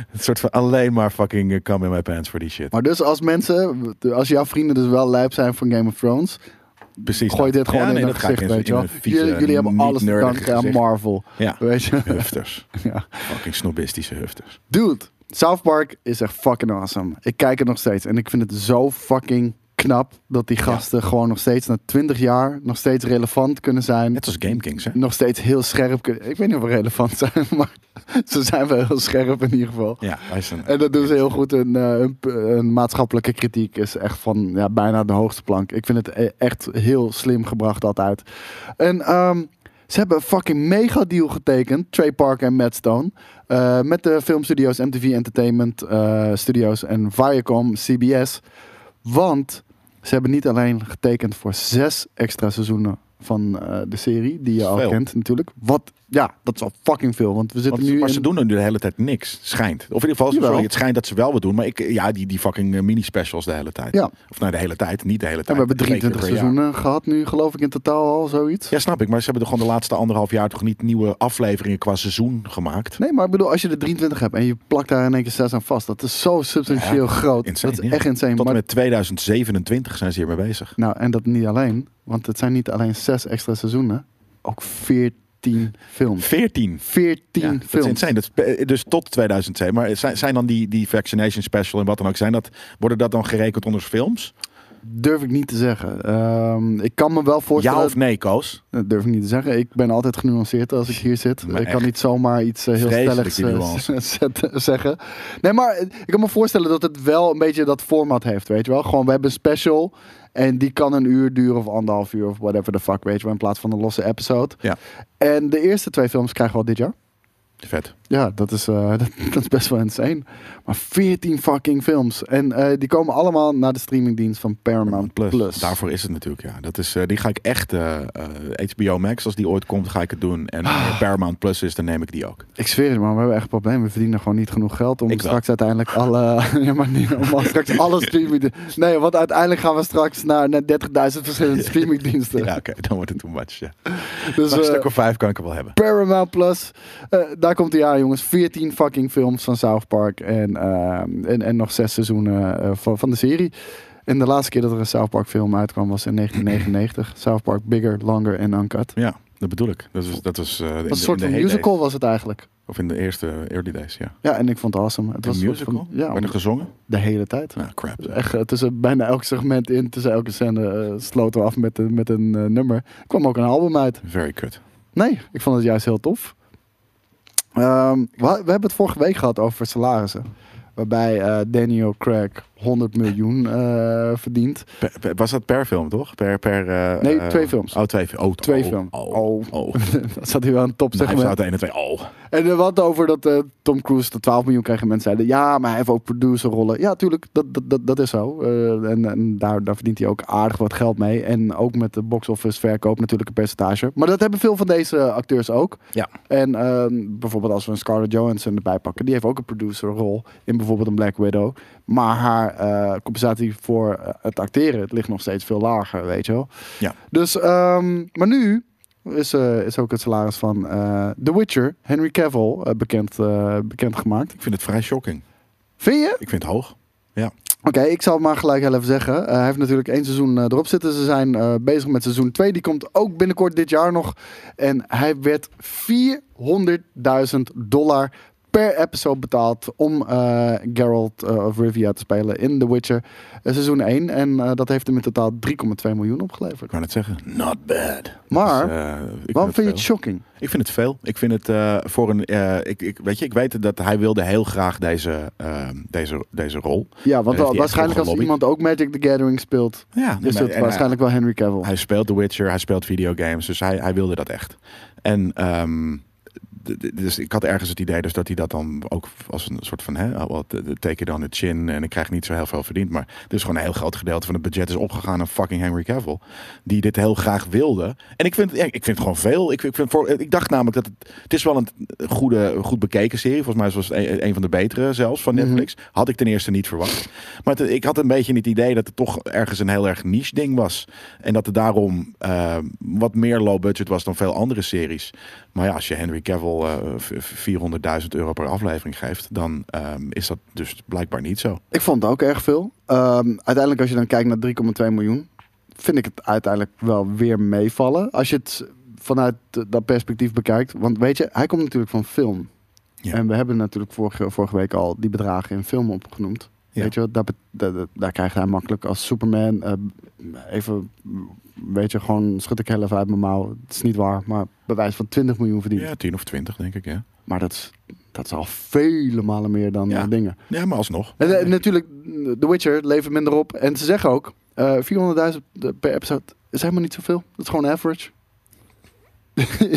Speaker 2: het soort van alleen maar fucking eh, come in my pants voor die shit.
Speaker 3: Maar dus als mensen, als jouw vrienden dus wel lijp zijn van Game of Thrones,
Speaker 2: Precies.
Speaker 3: gooi dit
Speaker 2: Ja,
Speaker 3: gewoon in
Speaker 2: nee,
Speaker 3: hun
Speaker 2: dat ga ik
Speaker 3: gezicht,
Speaker 2: in-
Speaker 3: weet je
Speaker 2: in
Speaker 3: wel.
Speaker 2: een vieze,
Speaker 3: Jullie, jullie hebben
Speaker 2: niet
Speaker 3: alles te
Speaker 2: nerdige
Speaker 3: danken aan
Speaker 2: gezicht.
Speaker 3: Marvel,
Speaker 2: Ja.
Speaker 3: weet je.
Speaker 2: Hufters.
Speaker 3: Ja.
Speaker 2: Fucking snobistische hufters.
Speaker 3: Dude, South Park is echt fucking awesome. Ik kijk het nog steeds en ik vind het zo fucking knap dat die gasten gewoon nog steeds na 20 jaar nog steeds relevant kunnen zijn.
Speaker 2: Net als Game Kings, hè?
Speaker 3: Nog steeds heel scherp kunnen. Ik weet niet of we relevant zijn, maar ze zijn wel heel scherp in ieder geval.
Speaker 2: Ja, hij is een...
Speaker 3: En dat doen ze heel goed. Een, eh, een p- een maatschappelijke kritiek is echt van ja, bijna de hoogste plank. Ik vind het e- echt heel slim gebracht altijd. En ehm, ze hebben een fucking mega deal getekend. Trey Parker en Matt Stone. eh, met de filmstudio's MTV Entertainment eh, Studios en Viacom CBS. Want ze hebben niet alleen getekend voor zes extra seizoenen van eh, de serie, die je
Speaker 2: is
Speaker 3: al
Speaker 2: veel.
Speaker 3: kent natuurlijk. Wat, ja, dat is al fucking veel, want we zitten
Speaker 2: Want-
Speaker 3: nu
Speaker 2: maar ze
Speaker 3: in-
Speaker 2: doen er nu de hele tijd niks. Schijnt. Of in ieder geval,
Speaker 3: Jawel.
Speaker 2: sorry, het schijnt dat ze wel wat doen. Maar ik, ja, die, die fucking eh, mini-specials de hele tijd.
Speaker 3: Ja.
Speaker 2: Of nou, de hele tijd. Niet de hele tijd.
Speaker 3: En we hebben
Speaker 2: Twee keer
Speaker 3: 23
Speaker 2: per jaar.
Speaker 3: seizoenen gehad nu, geloof ik, in totaal al zoiets.
Speaker 2: Ja, snap ik. Maar ze hebben toch gewoon de laatste anderhalf jaar toch niet nieuwe afleveringen qua seizoen gemaakt.
Speaker 3: Nee, maar ik bedoel, als je er 23 hebt en je plakt daar in één keer 6 aan vast, dat is zo substantieel groot.
Speaker 2: insane,
Speaker 3: dat is
Speaker 2: ja.
Speaker 3: echt insane.
Speaker 2: Tot en
Speaker 3: Maar,
Speaker 2: met 2027 zijn ze hiermee bezig.
Speaker 3: Nou, en dat niet alleen, want het zijn niet alleen 6 extra seizoenen, ook 14 films.
Speaker 2: 14.
Speaker 3: 14
Speaker 2: Ja, dat is
Speaker 3: films.
Speaker 2: insane. Dat is pe- dus tot 2007. Maar zijn, zijn dan die, die vaccination special en wat dan ook, zijn dat, worden dat dan gerekend onder films?
Speaker 3: Durf ik niet te zeggen. Ehm, ik kan me wel voorstellen.
Speaker 2: Ja of nee, Koos?
Speaker 3: Dat durf ik niet te zeggen. Ik ben altijd genuanceerd als ik hier zit.
Speaker 2: Maar
Speaker 3: ik kan
Speaker 2: echt.
Speaker 3: niet zomaar iets eh, heel
Speaker 2: Vreselijke
Speaker 3: stelligs eh,
Speaker 2: nuance.
Speaker 3: zetten- zeggen. Nee, maar eh, ik kan me voorstellen dat het wel een beetje dat format heeft, weet je wel. Gewoon, we hebben een special en die kan een uur duren of anderhalf uur of whatever the fuck, weet je wel. In plaats van een losse episode.
Speaker 2: Ja.
Speaker 3: En de eerste twee films krijgen we al dit jaar.
Speaker 2: Vet.
Speaker 3: Ja, dat is, eh, dat, dat is best wel insane. Maar 14 fucking films. En eh, die komen allemaal naar de streamingdienst van Paramount Plus.
Speaker 2: Daarvoor is het natuurlijk, ja. Dat is, eh, die ga ik echt, eh, eh, HBO Max, als die ooit komt, ga ik het doen. En wanneer Paramount Plus is, dan neem ik die ook.
Speaker 3: Ik zweer het, maar we hebben echt problemen. We verdienen gewoon niet genoeg geld om
Speaker 2: Ik wel.
Speaker 3: straks uiteindelijk alle. ja, maar niet om straks alle streaming. Nee, want uiteindelijk gaan we straks naar, naar 30.000 verschillende streamingdiensten.
Speaker 2: Ja, oké, dan wordt het too much. Ja.
Speaker 3: dus
Speaker 2: Maar een
Speaker 3: eh,
Speaker 2: stuk of vijf kan ik er wel hebben.
Speaker 3: Paramount Plus, eh, daar komt hij aan, jongens. 14 fucking films van South Park en, ehm, en, en nog zes seizoenen eh, van, van de serie. En de laatste keer dat er een South Park film uitkwam was in 1999. South Park Bigger, Longer en Uncut.
Speaker 2: Ja, dat bedoel ik. Dat was, dat was, eh, in de-
Speaker 3: Dat was een
Speaker 2: in
Speaker 3: soort
Speaker 2: de
Speaker 3: van
Speaker 2: heydays.
Speaker 3: musical was het eigenlijk.
Speaker 2: Of in de eerste early days, ja.
Speaker 3: Ja, en ik vond het awesome. Het
Speaker 2: Een
Speaker 3: was een soort
Speaker 2: musical?
Speaker 3: van- ja,
Speaker 2: Werd er gezongen?
Speaker 3: de hele tijd.
Speaker 2: Nou, crap. zeg.
Speaker 3: Echt, eh, tussen bijna elk segment in, tussen elke scène, eh, sloten we af met, een- met een eh, nummer. Er kwam ook een album uit.
Speaker 2: Very good.
Speaker 3: Nee, ik vond het juist heel tof. Ehm, we, we hebben het vorige week gehad over salarissen. Waarbij eh, Daniel Craig 100 miljoen eh, verdient.
Speaker 2: Per- per- was dat per film, toch? Per, per, eh,
Speaker 3: Nee,
Speaker 2: eh,
Speaker 3: twee films.
Speaker 2: Oh, twee, fi- oh,
Speaker 3: Twee
Speaker 2: oh,
Speaker 3: films.
Speaker 2: Oh,
Speaker 3: Oh.
Speaker 2: oh.
Speaker 3: Dat zat hij wel aan de top,
Speaker 2: Nou, hij
Speaker 3: zeg maar.
Speaker 2: staat 1 en 2. Oh.
Speaker 3: En eh, wat over dat eh, Tom Cruise de 12 miljoen kreeg. En mensen zeiden, ja, maar hij heeft ook producerrollen. Ja, tuurlijk, dat, dat, dat, dat is zo. Eh, en en daar, daar verdient hij ook aardig wat geld mee. En ook met de box-office verkoop natuurlijk een percentage. Maar dat hebben veel van deze acteurs ook.
Speaker 2: Ja.
Speaker 3: En ehm, bijvoorbeeld als we een Scarlett Johansson erbij pakken. Die heeft ook een producerrol in bijvoorbeeld een Black Widow. Maar haar eh, compensatie voor eh, het acteren het ligt nog steeds veel lager, weet je wel.
Speaker 2: Ja.
Speaker 3: Dus, ehm, maar nu is, eh, is ook het salaris van eh, The Witcher, Henry Cavill, eh, bekend, eh, bekendgemaakt.
Speaker 2: Ik vind het vrij shocking.
Speaker 3: Vind je?
Speaker 2: Ik vind het hoog. Ja.
Speaker 3: Oké, ik zal het maar gelijk heel even zeggen. Eh, hij heeft natuurlijk één seizoen eh, erop zitten. Ze zijn eh, bezig met seizoen 2. Die komt ook binnenkort dit jaar nog. En hij werd 400.000 dollar per episode betaald om eh, Geralt eh, of Rivia te spelen in The Witcher eh, seizoen 1. En eh, dat heeft hem in totaal 3,2 miljoen opgeleverd.
Speaker 2: Ik wou net zeggen. Not bad. Dat
Speaker 3: Maar,
Speaker 2: is, eh, ik vind
Speaker 3: Waarom
Speaker 2: het
Speaker 3: vind je
Speaker 2: veel.
Speaker 3: het shocking?
Speaker 2: Ik vind het veel. Ik vind het eh, voor een. eh, ik, ik, weet je, ik weet dat hij wilde heel graag deze, eh, deze, deze rol.
Speaker 3: Ja, want
Speaker 2: Heeft hij
Speaker 3: waarschijnlijk
Speaker 2: echt
Speaker 3: als
Speaker 2: voor
Speaker 3: iemand ook Magic the Gathering speelt,
Speaker 2: Ja,
Speaker 3: is
Speaker 2: maar-
Speaker 3: het
Speaker 2: en
Speaker 3: dus waarschijnlijk wel Henry Cavill.
Speaker 2: Hij, hij speelt The Witcher, hij speelt videogames, dus hij, hij wilde dat echt. En ehm, d- d- dus ik had ergens het idee dus dat hij dat dan ook als een soort van, hè, oh, well, t- t- take it on the chin en ik krijg niet zo heel veel verdiend. Maar er is gewoon een heel groot gedeelte van het budget is opgegaan aan fucking Henry Cavill. Die dit heel graag wilde. En ik vind, ja, ik vind het gewoon veel. Ik, ik, vind voor, ik dacht namelijk dat het, het is wel een goede, goed bekeken serie. Volgens mij was het een, een van de betere zelfs van Netflix. Had ik ten eerste niet verwacht. Maar het- ik had een beetje het idee dat het toch ergens een heel erg niche ding was. En dat het daarom eh, wat meer low budget was dan veel andere series. Maar ja, als je Henry Cavill eh, v- 400.000 euro per aflevering geeft, dan ehm, is dat dus blijkbaar niet zo.
Speaker 3: Ik vond het ook erg veel. Ehm, uiteindelijk, als je dan kijkt naar 3,2 miljoen, vind ik het uiteindelijk wel weer meevallen. Als je het vanuit eh, dat perspectief bekijkt. Want weet je, hij komt natuurlijk van film.
Speaker 2: Ja.
Speaker 3: En we hebben natuurlijk vorige, vorige week al die bedragen in film opgenoemd.
Speaker 2: Ja.
Speaker 3: Weet je wat, daar, bet- daar- daar- daar krijgt hij makkelijk als Superman. eh, even, weet je, gewoon schud ik heel even uit mijn mouw. Het is niet waar, maar bewijs van 20 miljoen verdiend.
Speaker 2: Ja, 10 of 20 denk ik, ja.
Speaker 3: Maar dat is, dat is al vele malen meer dan
Speaker 2: Ja.
Speaker 3: eh, dingen.
Speaker 2: Ja, maar alsnog.
Speaker 3: En, eh, natuurlijk, The Witcher levert minder op. En ze zeggen ook, eh 400.000 per episode is helemaal niet zoveel. Dat is gewoon average.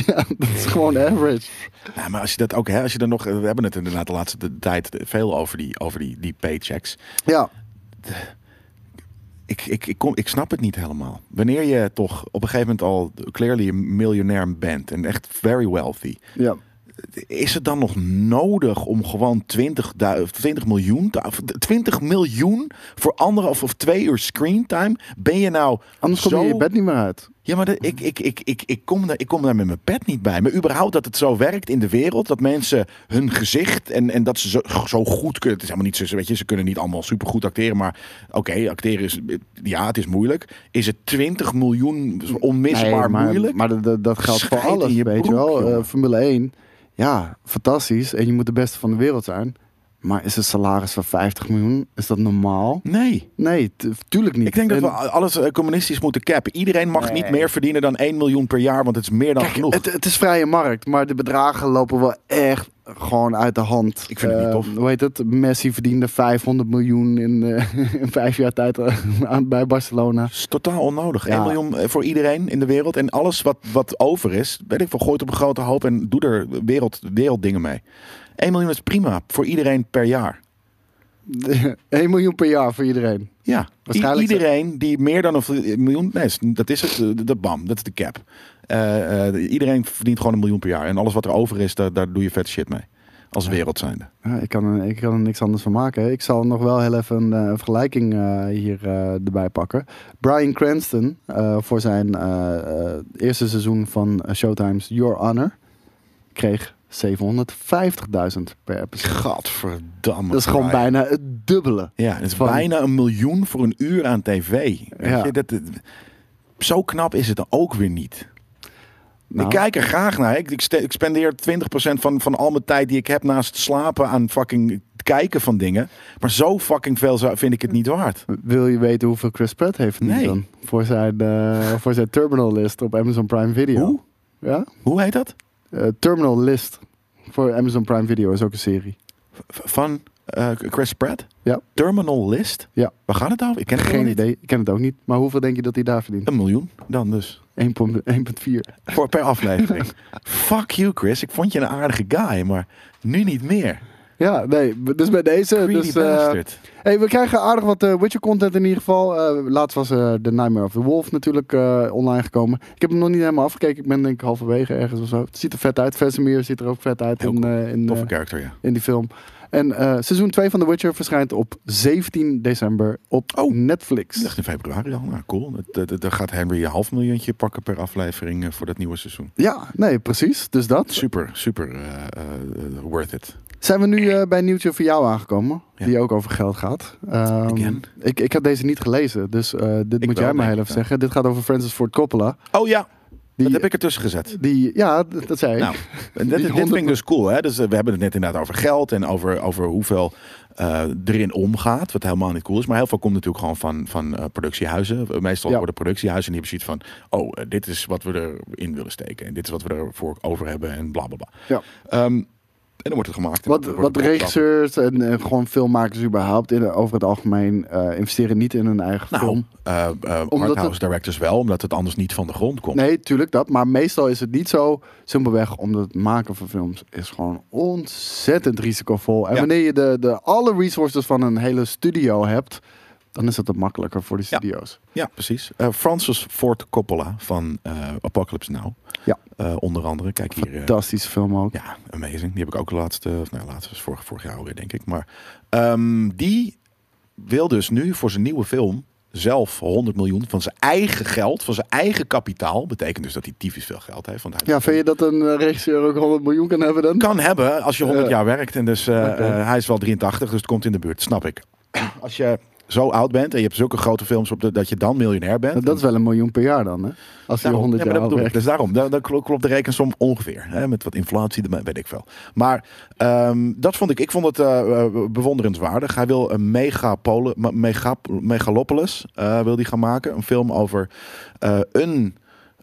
Speaker 3: ja, dat is gewoon average.
Speaker 2: Ja, maar als je dat ook, hè, als je dan nog, eh, we hebben het inderdaad de laatste tijd veel over die, over die, die paychecks.
Speaker 3: Ja,
Speaker 2: Ik- ik, ik, ik, kom, ik snap het niet helemaal. Wanneer je toch op een gegeven moment al clearly een miljonair bent en echt very wealthy,
Speaker 3: Ja.
Speaker 2: is het dan nog nodig om gewoon 20, du- 20 miljoen, te- of 20 miljoen voor anderhalf of twee uur screentime? Ben je nou
Speaker 3: Anders kom
Speaker 2: zo...
Speaker 3: je je bed niet meer uit.
Speaker 2: Ja, maar dat- ik, ik, ik, ik, ik, kom daar, ik kom daar met mijn pet niet bij. Maar überhaupt dat het zo werkt in de wereld. Dat mensen hun gezicht en, en dat ze zo, zo goed kunnen. Het is helemaal niet zo, weet je, ze kunnen niet allemaal supergoed acteren. Maar oké, acteren is, ja, het is moeilijk. Is het 20 miljoen onmisbaar
Speaker 3: Nee, maar,
Speaker 2: moeilijk?
Speaker 3: Maar dat- dat, dat geldt
Speaker 2: Schijt
Speaker 3: voor alles,
Speaker 2: in je
Speaker 3: weet
Speaker 2: broek,
Speaker 3: je wel.
Speaker 2: jongen.
Speaker 3: Eh, Formule 1, ja, fantastisch. En je moet de beste van de wereld zijn. Maar is een salaris van 50 miljoen, is dat normaal?
Speaker 2: nee.
Speaker 3: Nee, tu- tuurlijk niet.
Speaker 2: Ik denk dat
Speaker 3: En-
Speaker 2: we alles eh, communistisch moeten cappen. Iedereen mag niet meer verdienen dan 1 miljoen per jaar, want het is meer dan
Speaker 3: Kijk,
Speaker 2: genoeg.
Speaker 3: Het, het is vrije markt, maar de bedragen lopen wel echt gewoon uit de hand.
Speaker 2: Ik vind het niet
Speaker 3: Eh,
Speaker 2: tof.
Speaker 3: Hoe heet het? Messi verdiende 500 miljoen in, eh, in vijf jaar tijd aan, bij Barcelona.
Speaker 2: is totaal onnodig.
Speaker 3: Ja.
Speaker 2: 1 miljoen eh, voor iedereen in de wereld. En alles wat, wat over is, weet ik veel, gooit op een grote hoop en doe er wereld, werelddingen mee. 1 miljoen is prima voor iedereen per jaar.
Speaker 3: 1 miljoen per jaar voor iedereen.
Speaker 2: Ja,
Speaker 3: Waarschijnlijk
Speaker 2: I- iedereen die meer dan een v- miljoen... Nee, is- dat is het. eh, Dat bam, dat is de cap. Eh, eh, iedereen verdient gewoon een miljoen per jaar. En alles wat er over is, daar, daar doe je vet shit mee. Als wereld zijnde.
Speaker 3: Ja, ik, kan er, ik kan er niks anders van maken. hè. Ik zal nog wel heel even een eh, vergelijking eh, hier eh, erbij pakken. Brian Cranston eh, voor zijn eh, eh, eerste seizoen van Showtime's Your Honor kreeg 750.000 per episode.
Speaker 2: Gadverdamme.
Speaker 3: Dat is gewoon
Speaker 2: Brian.
Speaker 3: bijna het dubbele.
Speaker 2: Ja, het is
Speaker 3: Van-
Speaker 2: bijna een miljoen voor een uur aan tv. Weet
Speaker 3: Ja.
Speaker 2: je? Dat, dat- zo knap is het dan ook weer niet.
Speaker 3: Nou.
Speaker 2: Ik kijk er graag naar. Ik, ik, ste- ik spendeer 20% van, van al mijn tijd die ik heb naast slapen aan fucking kijken van dingen. Maar zo fucking veel zou- vind ik het niet waard.
Speaker 3: Wil je weten hoeveel Chris Pratt heeft verdiend
Speaker 2: Nee.
Speaker 3: dan? Voor zijn, eh, voor zijn Terminal List op Amazon Prime Video.
Speaker 2: Hoe?
Speaker 3: Ja?
Speaker 2: Hoe heet dat?
Speaker 3: Eh, terminal List voor Amazon Prime Video is ook een serie.
Speaker 2: V- Van eh, Chris Pratt?
Speaker 3: Ja.
Speaker 2: Terminal List?
Speaker 3: Ja.
Speaker 2: Waar gaat het over? Ik ken het
Speaker 3: Geen
Speaker 2: helemaal niet.
Speaker 3: idee, ik ken het ook niet. Maar hoeveel denk je dat hij daar verdient?
Speaker 2: Een miljoen dan dus.
Speaker 3: 1,4.
Speaker 2: Voor, per aflevering. Fuck you Chris. Ik vond je een aardige guy, maar nu niet meer.
Speaker 3: Ja, nee, dus bij deze.
Speaker 2: Greedy
Speaker 3: dus, eh,
Speaker 2: bastard.
Speaker 3: hey, we krijgen aardig wat eh, Witcher content in ieder geval. Eh, laatst was eh The Nightmare of the Wolf natuurlijk eh, online gekomen. Ik heb hem nog niet helemaal afgekeken. Ik ben denk ik halverwege ergens of zo. Het ziet er vet uit. Vesemir ziet er ook vet uit
Speaker 2: Heel
Speaker 3: in, eh, in, eh,
Speaker 2: Toffe character, ja.
Speaker 3: in die film. En eh, seizoen 2 van The Witcher verschijnt op 17 december op
Speaker 2: Oh.
Speaker 3: Netflix.
Speaker 2: Ik dacht in februari al. Nou, cool. Dat- dat- Dan gaat Henry een half miljoentje pakken per aflevering eh, voor dat nieuwe seizoen.
Speaker 3: Ja, nee, precies. Dus dat.
Speaker 2: Super, super eh, eh, worth it.
Speaker 3: Zijn we nu eh, bij een nieuwtje voor jou aangekomen,
Speaker 2: Ja.
Speaker 3: die ook over geld gaat. Ehm,
Speaker 2: Again.
Speaker 3: ik, ik had deze niet gelezen, dus eh, dit moet
Speaker 2: wel,
Speaker 3: jij maar
Speaker 2: denk
Speaker 3: heel
Speaker 2: ik,
Speaker 3: even
Speaker 2: ja.
Speaker 3: zeggen. Dit gaat over Francis Ford Coppola.
Speaker 2: Oh ja,
Speaker 3: Die,
Speaker 2: dat heb ik ertussen gezet.
Speaker 3: Die, ja, d- dat zei ik.
Speaker 2: Nou, en dit,
Speaker 3: Die
Speaker 2: dit
Speaker 3: honderd-
Speaker 2: vind ik dus cool. Hè? Dus, eh, we hebben het net inderdaad over geld en over, over hoeveel eh, erin omgaat. Wat helemaal niet cool is. Maar heel veel komt natuurlijk gewoon van, van eh, productiehuizen. Meestal
Speaker 3: Ja.
Speaker 2: worden productiehuizen en die hebben zoiets van... oh, eh, dit is wat we erin willen steken. En dit is wat we ervoor over hebben en bla bla bla.
Speaker 3: Ja.
Speaker 2: Ehm, en dan wordt het gemaakt. en
Speaker 3: Wat,
Speaker 2: dan wordt
Speaker 3: wat
Speaker 2: het opgestapeld.
Speaker 3: regisseurs en eh, gewoon filmmakers überhaupt in, over het algemeen eh, investeren niet in hun eigen
Speaker 2: Nou,
Speaker 3: film.
Speaker 2: eh eh
Speaker 3: Omdat
Speaker 2: arthouse
Speaker 3: het-
Speaker 2: directors wel, omdat het anders niet van de grond komt.
Speaker 3: Nee, tuurlijk dat. Maar meestal is het niet zo. Simpelweg omdat het maken van films is gewoon ontzettend risicovol. En
Speaker 2: Ja.
Speaker 3: wanneer je de, de alle resources van een hele studio hebt, dan is dat wat makkelijker voor die
Speaker 2: Ja.
Speaker 3: studio's.
Speaker 2: Ja, precies. Eh, Francis Ford Coppola van eh, Apocalypse Now.
Speaker 3: Ja.
Speaker 2: Eh, onder andere. Kijk hier. eh,
Speaker 3: Fantastische film ook.
Speaker 2: ja, amazing. Die heb ik ook laatst, eh, of nou, laatst was vorig, vorig jaar alweer, denk ik. Maar ehm, die wil dus nu voor zijn nieuwe film zelf 100 miljoen van zijn eigen geld, van zijn eigen kapitaal. Betekent dus dat hij typisch veel geld heeft. Want hij
Speaker 3: Ja, vind je dat een eh, regisseur ook 100 miljoen kan hebben dan?
Speaker 2: kan hebben als je 100
Speaker 3: Eh,
Speaker 2: jaar werkt. En dus eh,
Speaker 3: oké.
Speaker 2: eh, hij is wel 83, dus het komt in de buurt. Snap ik. Als je zo oud bent en je hebt zulke grote films op de, dat je dan miljonair bent.
Speaker 3: Dat is wel een miljoen per jaar dan, hè? Als hij
Speaker 2: Daarom.
Speaker 3: 100
Speaker 2: Nou, Ja, maar
Speaker 3: jaar
Speaker 2: dat
Speaker 3: oud
Speaker 2: bedoel ik.
Speaker 3: werkt.
Speaker 2: Dus daarom, dan, dan klo- klopt de rekensom ongeveer. Hè, met wat inflatie, dat weet ik veel. Maar ehm, dat vond ik, ik vond het eh, eh, bewonderenswaardig. Hij wil een megapole, ma- mega, megalopolis eh, wil die gaan maken. Een film over eh, een...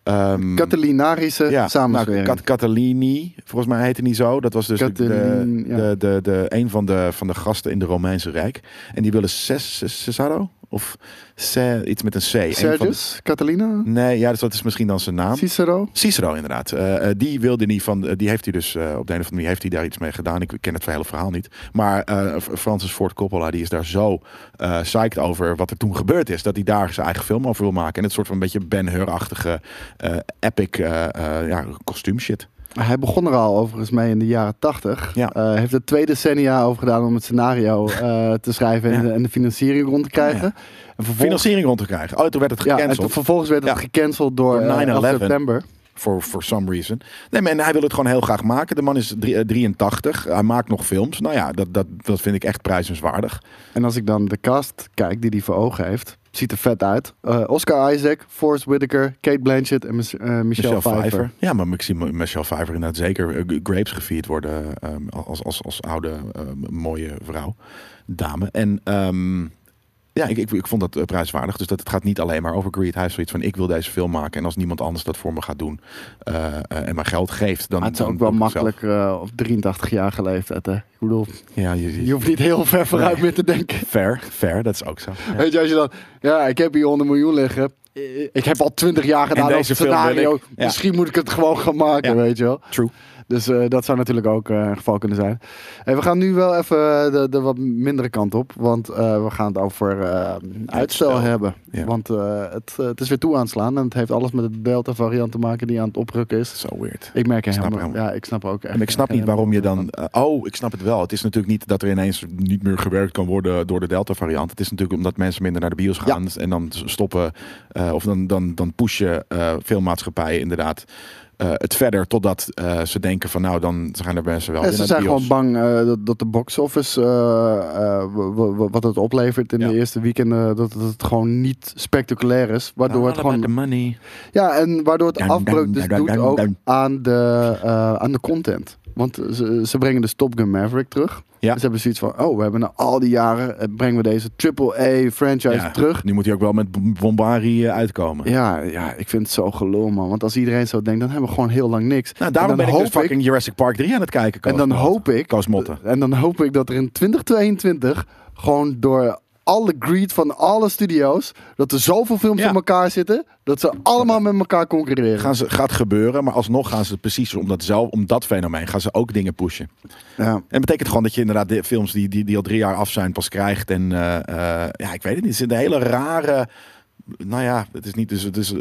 Speaker 2: ehm,
Speaker 3: Catalinarische samenwerking.
Speaker 2: nou, Cat- Catalini, volgens mij heette niet zo. Dat was dus de, de,
Speaker 3: Catalin, ja.
Speaker 2: de, de, de- een van de, van de gasten in de Romeinse Rijk. En die willen zes, Cesaro? Of Se- iets met een C. Een van de-
Speaker 3: Sergius, Catalina,
Speaker 2: nee, ja, dus dat is misschien dan zijn naam.
Speaker 3: Cicero.
Speaker 2: Cicero inderdaad. Eh, eh, die wilde niet van, eh, die heeft hij dus eh, op de een of andere manier heeft hij daar iets mee gedaan. Ik ken het hele verhaal niet. Maar eh, F- Francis Ford Coppola die is daar zo eh psyched over wat er toen gebeurd is, dat hij daar zijn eigen film over wil maken. En het soort van een beetje Ben Hur-achtige eh, epic eh, eh, ja, kostuum shit.
Speaker 3: Hij begon er al overigens mee in de jaren tachtig.
Speaker 2: Ja.
Speaker 3: Eh, heeft er twee decennia over gedaan om het scenario eh, te schrijven en,
Speaker 2: Ja.
Speaker 3: de, en de financiering rond te krijgen.
Speaker 2: Ja.
Speaker 3: En vervolgens,
Speaker 2: Financiering rond te krijgen. Oh, toen werd het
Speaker 3: ja, en
Speaker 2: gecanceld.
Speaker 3: vervolgens werd het
Speaker 2: Ja.
Speaker 3: gecanceld door
Speaker 2: Door
Speaker 3: eh, 11
Speaker 2: 9/11.
Speaker 3: september.
Speaker 2: For, for some reason. Nee, maar en hij wil het gewoon heel graag maken. De man is drie- eh, 83. Hij maakt nog films. Nou ja, dat, dat, dat vind ik echt prijzenswaardig.
Speaker 3: En als ik dan de cast kijk die hij voor ogen heeft, ziet er vet uit. Eh, Oscar Isaac, Forrest Whitaker, Kate Blanchett en Mis- eh, Michelle, Pfeiffer.
Speaker 2: Ja, maar ik zie M- Michelle Pfeiffer inderdaad zeker eh, grapes gevierd worden ehm, als, als, als oude ehm, mooie vrouw, dame. En ehm, ja, ik, ik, ik vond dat eh, prijswaardig. Dus dat het gaat niet alleen maar over greed. Hij heeft zoiets van, ik wil deze film maken. En als niemand anders dat voor me gaat doen eh, eh, en mijn geld geeft, dan...
Speaker 3: Maar het is
Speaker 2: dan
Speaker 3: ook
Speaker 2: doe
Speaker 3: wel
Speaker 2: ik Ah, het zelf.
Speaker 3: makkelijk eh, op 83 jaar geleefd. Hè? Ik bedoel,
Speaker 2: Ja, je, je-
Speaker 3: je hoeft niet heel ver vooruit
Speaker 2: Nee.
Speaker 3: meer te denken.
Speaker 2: fair, fair, dat is ook zo. Ja.
Speaker 3: Weet je, als je dan, ja, ik heb hier 100 miljoen liggen. Eh, Ik heb al 20 jaar gedaan
Speaker 2: deze
Speaker 3: over het
Speaker 2: film wil
Speaker 3: scenario.
Speaker 2: ik. Ja.
Speaker 3: Misschien moet ik het gewoon gaan maken,
Speaker 2: Ja.
Speaker 3: weet je wel.
Speaker 2: True.
Speaker 3: Dus eh, dat zou natuurlijk ook eh, een geval kunnen zijn. En we gaan nu wel even eh, de, de wat mindere kant op. Want eh, we gaan het over eh, uitstel,
Speaker 2: Uitstel.
Speaker 3: hebben.
Speaker 2: Ja.
Speaker 3: Want eh, het, eh, het is weer toe aanslaan. En het heeft alles met de Delta variant te maken die aan het oprukken is.
Speaker 2: So weird.
Speaker 3: Ik merk er
Speaker 2: Snap
Speaker 3: helemaal,
Speaker 2: helemaal.
Speaker 3: Ja, ik snap er ook echt.
Speaker 2: En ik snap
Speaker 3: geen
Speaker 2: niet waarom je
Speaker 3: helemaal
Speaker 2: dan. eh, oh, ik snap het wel. Het is natuurlijk niet dat er ineens niet meer gewerkt kan worden door de Delta-variant. Het is natuurlijk omdat mensen minder naar de bios gaan en dan stoppen. eh, of dan, dan, dan pushen eh, filmmaatschappijen inderdaad eh, het verder totdat eh, ze denken van nou dan gaan er mensen wel.
Speaker 3: Ja,
Speaker 2: weer
Speaker 3: ze
Speaker 2: naar
Speaker 3: zijn
Speaker 2: de
Speaker 3: gewoon
Speaker 2: bios.
Speaker 3: bang eh, dat, dat de box office, eh, eh, w- w- wat het oplevert in
Speaker 2: Ja.
Speaker 3: de eerste weekenden, dat, dat het gewoon niet spectaculair is. Waardoor het
Speaker 2: All about
Speaker 3: gewoon,
Speaker 2: the money.
Speaker 3: ja, en waardoor het
Speaker 2: Dun,
Speaker 3: afbreuk
Speaker 2: dun,
Speaker 3: dus
Speaker 2: dun,
Speaker 3: doet
Speaker 2: dun,
Speaker 3: ook
Speaker 2: dun.
Speaker 3: aan de, eh, aan de content. Want ze, ze brengen de Top Gun Maverick terug.
Speaker 2: Ja.
Speaker 3: Ze hebben zoiets van, oh, we hebben na al die jaren, eh, brengen we deze AAA franchise
Speaker 2: Ja,
Speaker 3: terug.
Speaker 2: Nu moet hij ook wel met b- Bombari eh, uitkomen.
Speaker 3: Ja, ja, ik vind het zo gelul, man. Want als iedereen zo denkt, dan hebben we gewoon heel lang niks.
Speaker 2: Nou, daarom
Speaker 3: En dan
Speaker 2: ben ik dus
Speaker 3: hoop ik-
Speaker 2: fucking Jurassic Park 3 aan het kijken.
Speaker 3: En dan
Speaker 2: Koos.
Speaker 3: hoop ik.
Speaker 2: Koos Motten.
Speaker 3: En dan hoop ik dat er in 2022 gewoon door alle greed van alle studio's. dat er zoveel films
Speaker 2: Ja.
Speaker 3: in elkaar zitten. dat ze allemaal met elkaar concurreren.
Speaker 2: Gaan ze, gaat gebeuren, maar alsnog gaan ze precies om dat, zelf, om dat fenomeen gaan ze ook dingen pushen.
Speaker 3: Ja.
Speaker 2: En betekent gewoon dat je inderdaad de films die, die, die al drie jaar af zijn pas krijgt. En eh, eh, ja, ik weet het niet. Het is een hele rare. Nou ja, het is niet. Dus het is eh,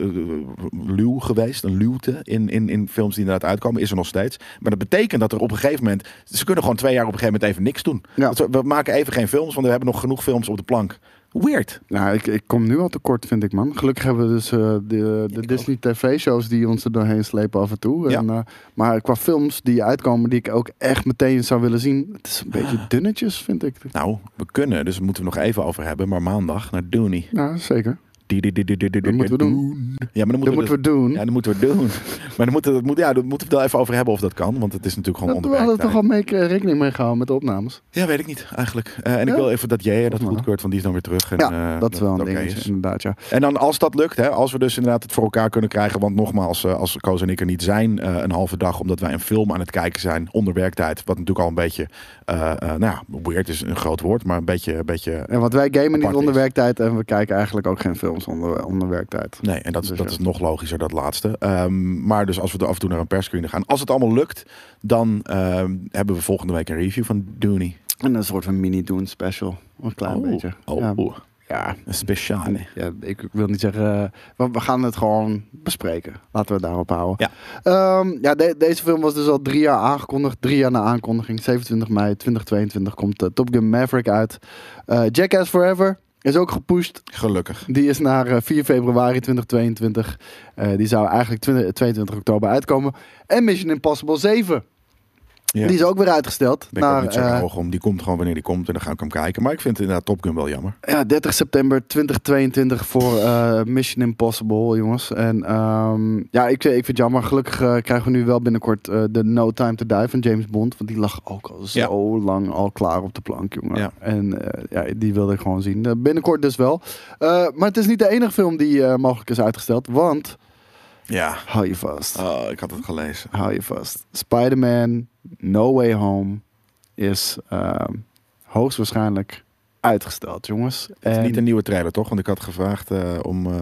Speaker 2: luw geweest, een luwte in, in, in films die inderdaad uitkomen. Is er nog steeds. Maar dat betekent dat er op een gegeven moment. Ze kunnen gewoon twee jaar op een gegeven moment even niks doen.
Speaker 3: Ja.
Speaker 2: Dat we- We maken even geen films, want we hebben nog genoeg films op de plank. Weird.
Speaker 3: Nou, ik, ik kom nu al tekort, vind ik, man. Gelukkig hebben we dus eh, de, de
Speaker 2: ik
Speaker 3: Disney TV-shows die ons er doorheen slepen af en toe.
Speaker 2: Ja.
Speaker 3: En, eh, maar qua films die uitkomen, die ik ook echt meteen zou willen zien. Het is een
Speaker 2: Ah.
Speaker 3: beetje dunnetjes, vind ik.
Speaker 2: Nou, we kunnen, dus daar moeten we nog even over hebben. Maar maandag naar Dooney.
Speaker 3: Ja, zeker.
Speaker 2: Die, die, die, die, die, die,
Speaker 3: Dat moeten we doen.
Speaker 2: Ja, maar dan moeten we
Speaker 3: Dat
Speaker 2: dus-
Speaker 3: moeten we doen.
Speaker 2: Ja, dat moeten we doen. Maar dan moeten, we- dat moet, ja, dat moeten we het wel even over hebben of dat kan. Want het is natuurlijk gewoon
Speaker 3: Dat- we hadden
Speaker 2: onderwerp.
Speaker 3: er toch al mee, eh, rekening mee gehouden met de opnames.
Speaker 2: Ja, weet ik niet eigenlijk. Eh, en
Speaker 3: Ja.
Speaker 2: ik wil even dat jij dat
Speaker 3: Volgens mij
Speaker 2: goedkeurt, want die is dan weer terug. En,
Speaker 3: Ja,
Speaker 2: eh,
Speaker 3: dat is wel een
Speaker 2: het oké
Speaker 3: dingetje,
Speaker 2: is.
Speaker 3: inderdaad, ja.
Speaker 2: En dan als dat lukt, hè, als we dus inderdaad het voor elkaar kunnen krijgen. Want nogmaals, eh, als Koos en ik er niet zijn eh, een halve dag, omdat wij een film aan het kijken zijn onder werktijd. Wat natuurlijk al een beetje, eh, eh, nou ja, weird is een groot woord, maar een beetje, een beetje
Speaker 3: En want wij gamen niet
Speaker 2: Apart
Speaker 3: onder
Speaker 2: is.
Speaker 3: werktijd en we kijken eigenlijk ook geen films onder, onder werktijd.
Speaker 2: Nee, en dat, is-
Speaker 3: Dus
Speaker 2: dat
Speaker 3: ja.
Speaker 2: is nog logischer, dat laatste. Ehm, maar dus als we er af en toe naar een perscreening gaan. Als het allemaal lukt, dan ehm, hebben we volgende week een review van Dooney.
Speaker 3: En een soort van mini-doen special. Een klein
Speaker 2: oh,
Speaker 3: beetje.
Speaker 2: Oh,
Speaker 3: ja.
Speaker 2: oh,
Speaker 3: Ja.
Speaker 2: een speciale.
Speaker 3: Ja, ik wil niet zeggen. eh, we, we gaan het gewoon bespreken. Laten we het daarop houden.
Speaker 2: Ja.
Speaker 3: Ja, ja de- deze film was dus al drie jaar aangekondigd. Drie jaar na aankondiging. 27 mei 2022 komt eh, Top Gun Maverick uit. Eh, Jackass Forever is ook gepusht.
Speaker 2: Gelukkig.
Speaker 3: Die is naar eh, 4 februari 2022. Eh, die zou eigenlijk 20 22 oktober uitkomen. En Mission Impossible 7.
Speaker 2: Ja.
Speaker 3: Die is ook weer uitgesteld.
Speaker 2: Ben ik ook
Speaker 3: naar,
Speaker 2: niet zo
Speaker 3: eh,
Speaker 2: hoog om. Die komt gewoon wanneer die komt en dan ga ik hem kijken. Maar ik vind inderdaad Top Gun wel jammer.
Speaker 3: ja, 30 september 2022 voor eh, Mission Impossible, jongens. En ehm, ja, ik, ik vind het jammer. Gelukkig eh, krijgen we nu wel binnenkort eh, de No Time to Die van James Bond. Want die lag ook al zo lang al klaar op de plank, jongen.
Speaker 2: Ja.
Speaker 3: En eh, ja, die wilde ik gewoon zien. Eh, binnenkort dus wel. Eh, maar het is niet de enige film die eh, mogelijk is uitgesteld. Want,
Speaker 2: Ja,
Speaker 3: hou je vast.
Speaker 2: ik had het gelezen.
Speaker 3: hou je vast. Spider-Man No Way Home is ehm, hoogstwaarschijnlijk uitgesteld, jongens.
Speaker 2: Het is
Speaker 3: En-
Speaker 2: niet een nieuwe trailer, toch? Want ik had gevraagd eh, om... eh,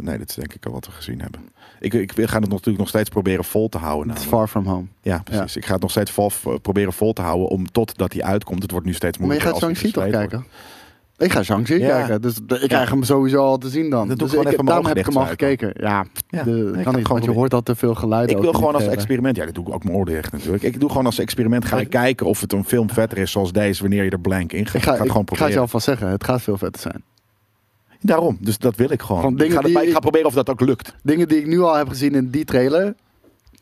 Speaker 2: nee, dit is denk ik al wat we gezien hebben. Ik, ik ga het nog- natuurlijk nog steeds proberen vol te houden.
Speaker 3: Het is
Speaker 2: namelijk.
Speaker 3: Far From Home.
Speaker 2: Ja, precies. Ik ga het nog steeds vol, eh, proberen vol te houden om totdat hij uitkomt. Het wordt nu steeds
Speaker 3: Maar je
Speaker 2: moeilijker.
Speaker 3: gaat
Speaker 2: als
Speaker 3: Shang-Chi
Speaker 2: hij
Speaker 3: toch
Speaker 2: gespeeld
Speaker 3: kijken? Ik ga Shang-Chi
Speaker 2: Ja.
Speaker 3: kijken. Dus d- ik krijg hem sowieso al te zien
Speaker 2: Dat
Speaker 3: dan.
Speaker 2: doe
Speaker 3: dus
Speaker 2: ik gewoon
Speaker 3: ik,
Speaker 2: even
Speaker 3: daarom
Speaker 2: mijn
Speaker 3: heb ik hem al
Speaker 2: ogen dicht
Speaker 3: gekeken. Ja,
Speaker 2: Ja.
Speaker 3: de,
Speaker 2: Nee, ik
Speaker 3: kan
Speaker 2: ga
Speaker 3: niet,
Speaker 2: het
Speaker 3: want
Speaker 2: gewoon
Speaker 3: je
Speaker 2: proberen.
Speaker 3: hoort al te veel
Speaker 2: wordt.
Speaker 3: geluiden.
Speaker 2: Ik
Speaker 3: ook eh.
Speaker 2: wil
Speaker 3: in
Speaker 2: gewoon
Speaker 3: die
Speaker 2: als
Speaker 3: trailer.
Speaker 2: experiment. Ja, dat doe ik ook mijn oordeel echt natuurlijk. Ik doe gewoon als experiment. Ga ik kijken of het een film vetter is zoals deze wanneer je er blank in gaat.
Speaker 3: Ik ga,
Speaker 2: het gewoon
Speaker 3: ik ga het je
Speaker 2: proberen.
Speaker 3: alvast zeggen, het gaat veel vetter zijn.
Speaker 2: Daarom. Dus dat wil ik
Speaker 3: Van
Speaker 2: gewoon. Ik
Speaker 3: dingen
Speaker 2: ga, dat-
Speaker 3: die-
Speaker 2: maar ik ga proberen of dat ook lukt.
Speaker 3: Dingen die ik nu al heb gezien in die trailer,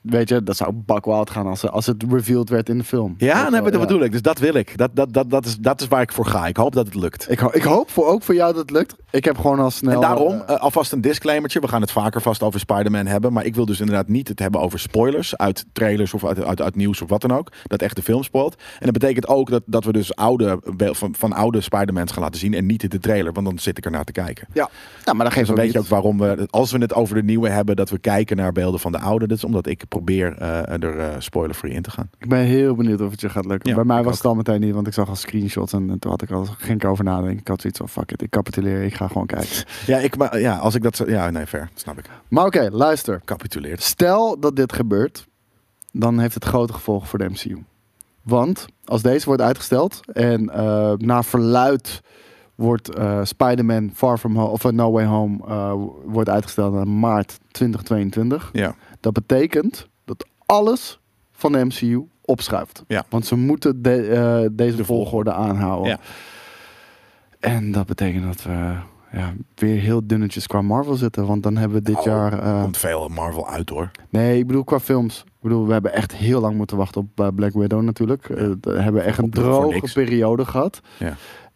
Speaker 3: weet je, dat zou bakwild gaan als, als het revealed werd in de film. Weet
Speaker 2: Ja,
Speaker 3: je
Speaker 2: nee,
Speaker 3: wel,
Speaker 2: maar dat bedoel ik. Dus dat wil ik. Dat, dat, dat, dat, is, dat is waar ik voor ga. Ik hoop dat het lukt.
Speaker 3: Ik, ho- ik hoop voor, ook voor jou dat het lukt. Ik heb gewoon al snel...
Speaker 2: En daarom
Speaker 3: eh,
Speaker 2: eh, alvast een disclaimertje. We gaan het vaker vast over Spider-Man hebben. Maar ik wil dus inderdaad niet het hebben over spoilers. Uit trailers of uit, uit, uit nieuws of wat dan ook. Dat echt de film spoilt. En dat betekent ook dat, dat we dus oude, be- van, van oude Spider-Mans gaan laten zien. En niet de trailer. Want dan zit ik ernaar te kijken.
Speaker 3: ja. Nou, maar dat
Speaker 2: Dus
Speaker 3: geeft
Speaker 2: dan weet je ook
Speaker 3: niets.
Speaker 2: waarom we, als we het over de nieuwe hebben, dat we kijken naar beelden van de oude. Dat is omdat ik probeer eh, er eh, spoiler-free in te gaan.
Speaker 3: Ik ben heel benieuwd of het je gaat lukken.
Speaker 2: Ja,
Speaker 3: Bij mij
Speaker 2: ik
Speaker 3: was
Speaker 2: ook.
Speaker 3: het al meteen niet, want ik zag al screenshots en, en toen had ik al, ging ik over nadenken. Ik had zoiets van, fuck it, ik capituleer, ik ga gewoon kijken.
Speaker 2: Ja, ik, maar, ja als ik dat. zo- Ja, nee, ver. Snap ik.
Speaker 3: Maar oké, luister.
Speaker 2: Capituleert.
Speaker 3: Stel dat dit gebeurt, dan heeft het grote gevolgen voor de MCU. Want als deze wordt uitgesteld en eh, naar verluid wordt eh Spider-Man Far From Home of eh, No Way Home eh, wordt uitgesteld naar maart 2022.
Speaker 2: Ja.
Speaker 3: Dat betekent dat alles van de MCU opschuift.
Speaker 2: Ja.
Speaker 3: Want ze moeten de- eh, deze
Speaker 2: De
Speaker 3: volgorde aanhouden.
Speaker 2: Ja.
Speaker 3: En dat betekent dat we ja, weer heel dunnetjes qua Marvel zitten. Want dan hebben we dit
Speaker 2: Oh,
Speaker 3: jaar... eh,
Speaker 2: Komt veel Marvel uit hoor.
Speaker 3: Nee, ik bedoel qua films. Ik bedoel, we hebben echt heel lang moeten wachten op eh, Black Widow natuurlijk. Eh, we hebben echt een
Speaker 2: Op- voor
Speaker 3: droge
Speaker 2: niks.
Speaker 3: periode gehad.
Speaker 2: Ja.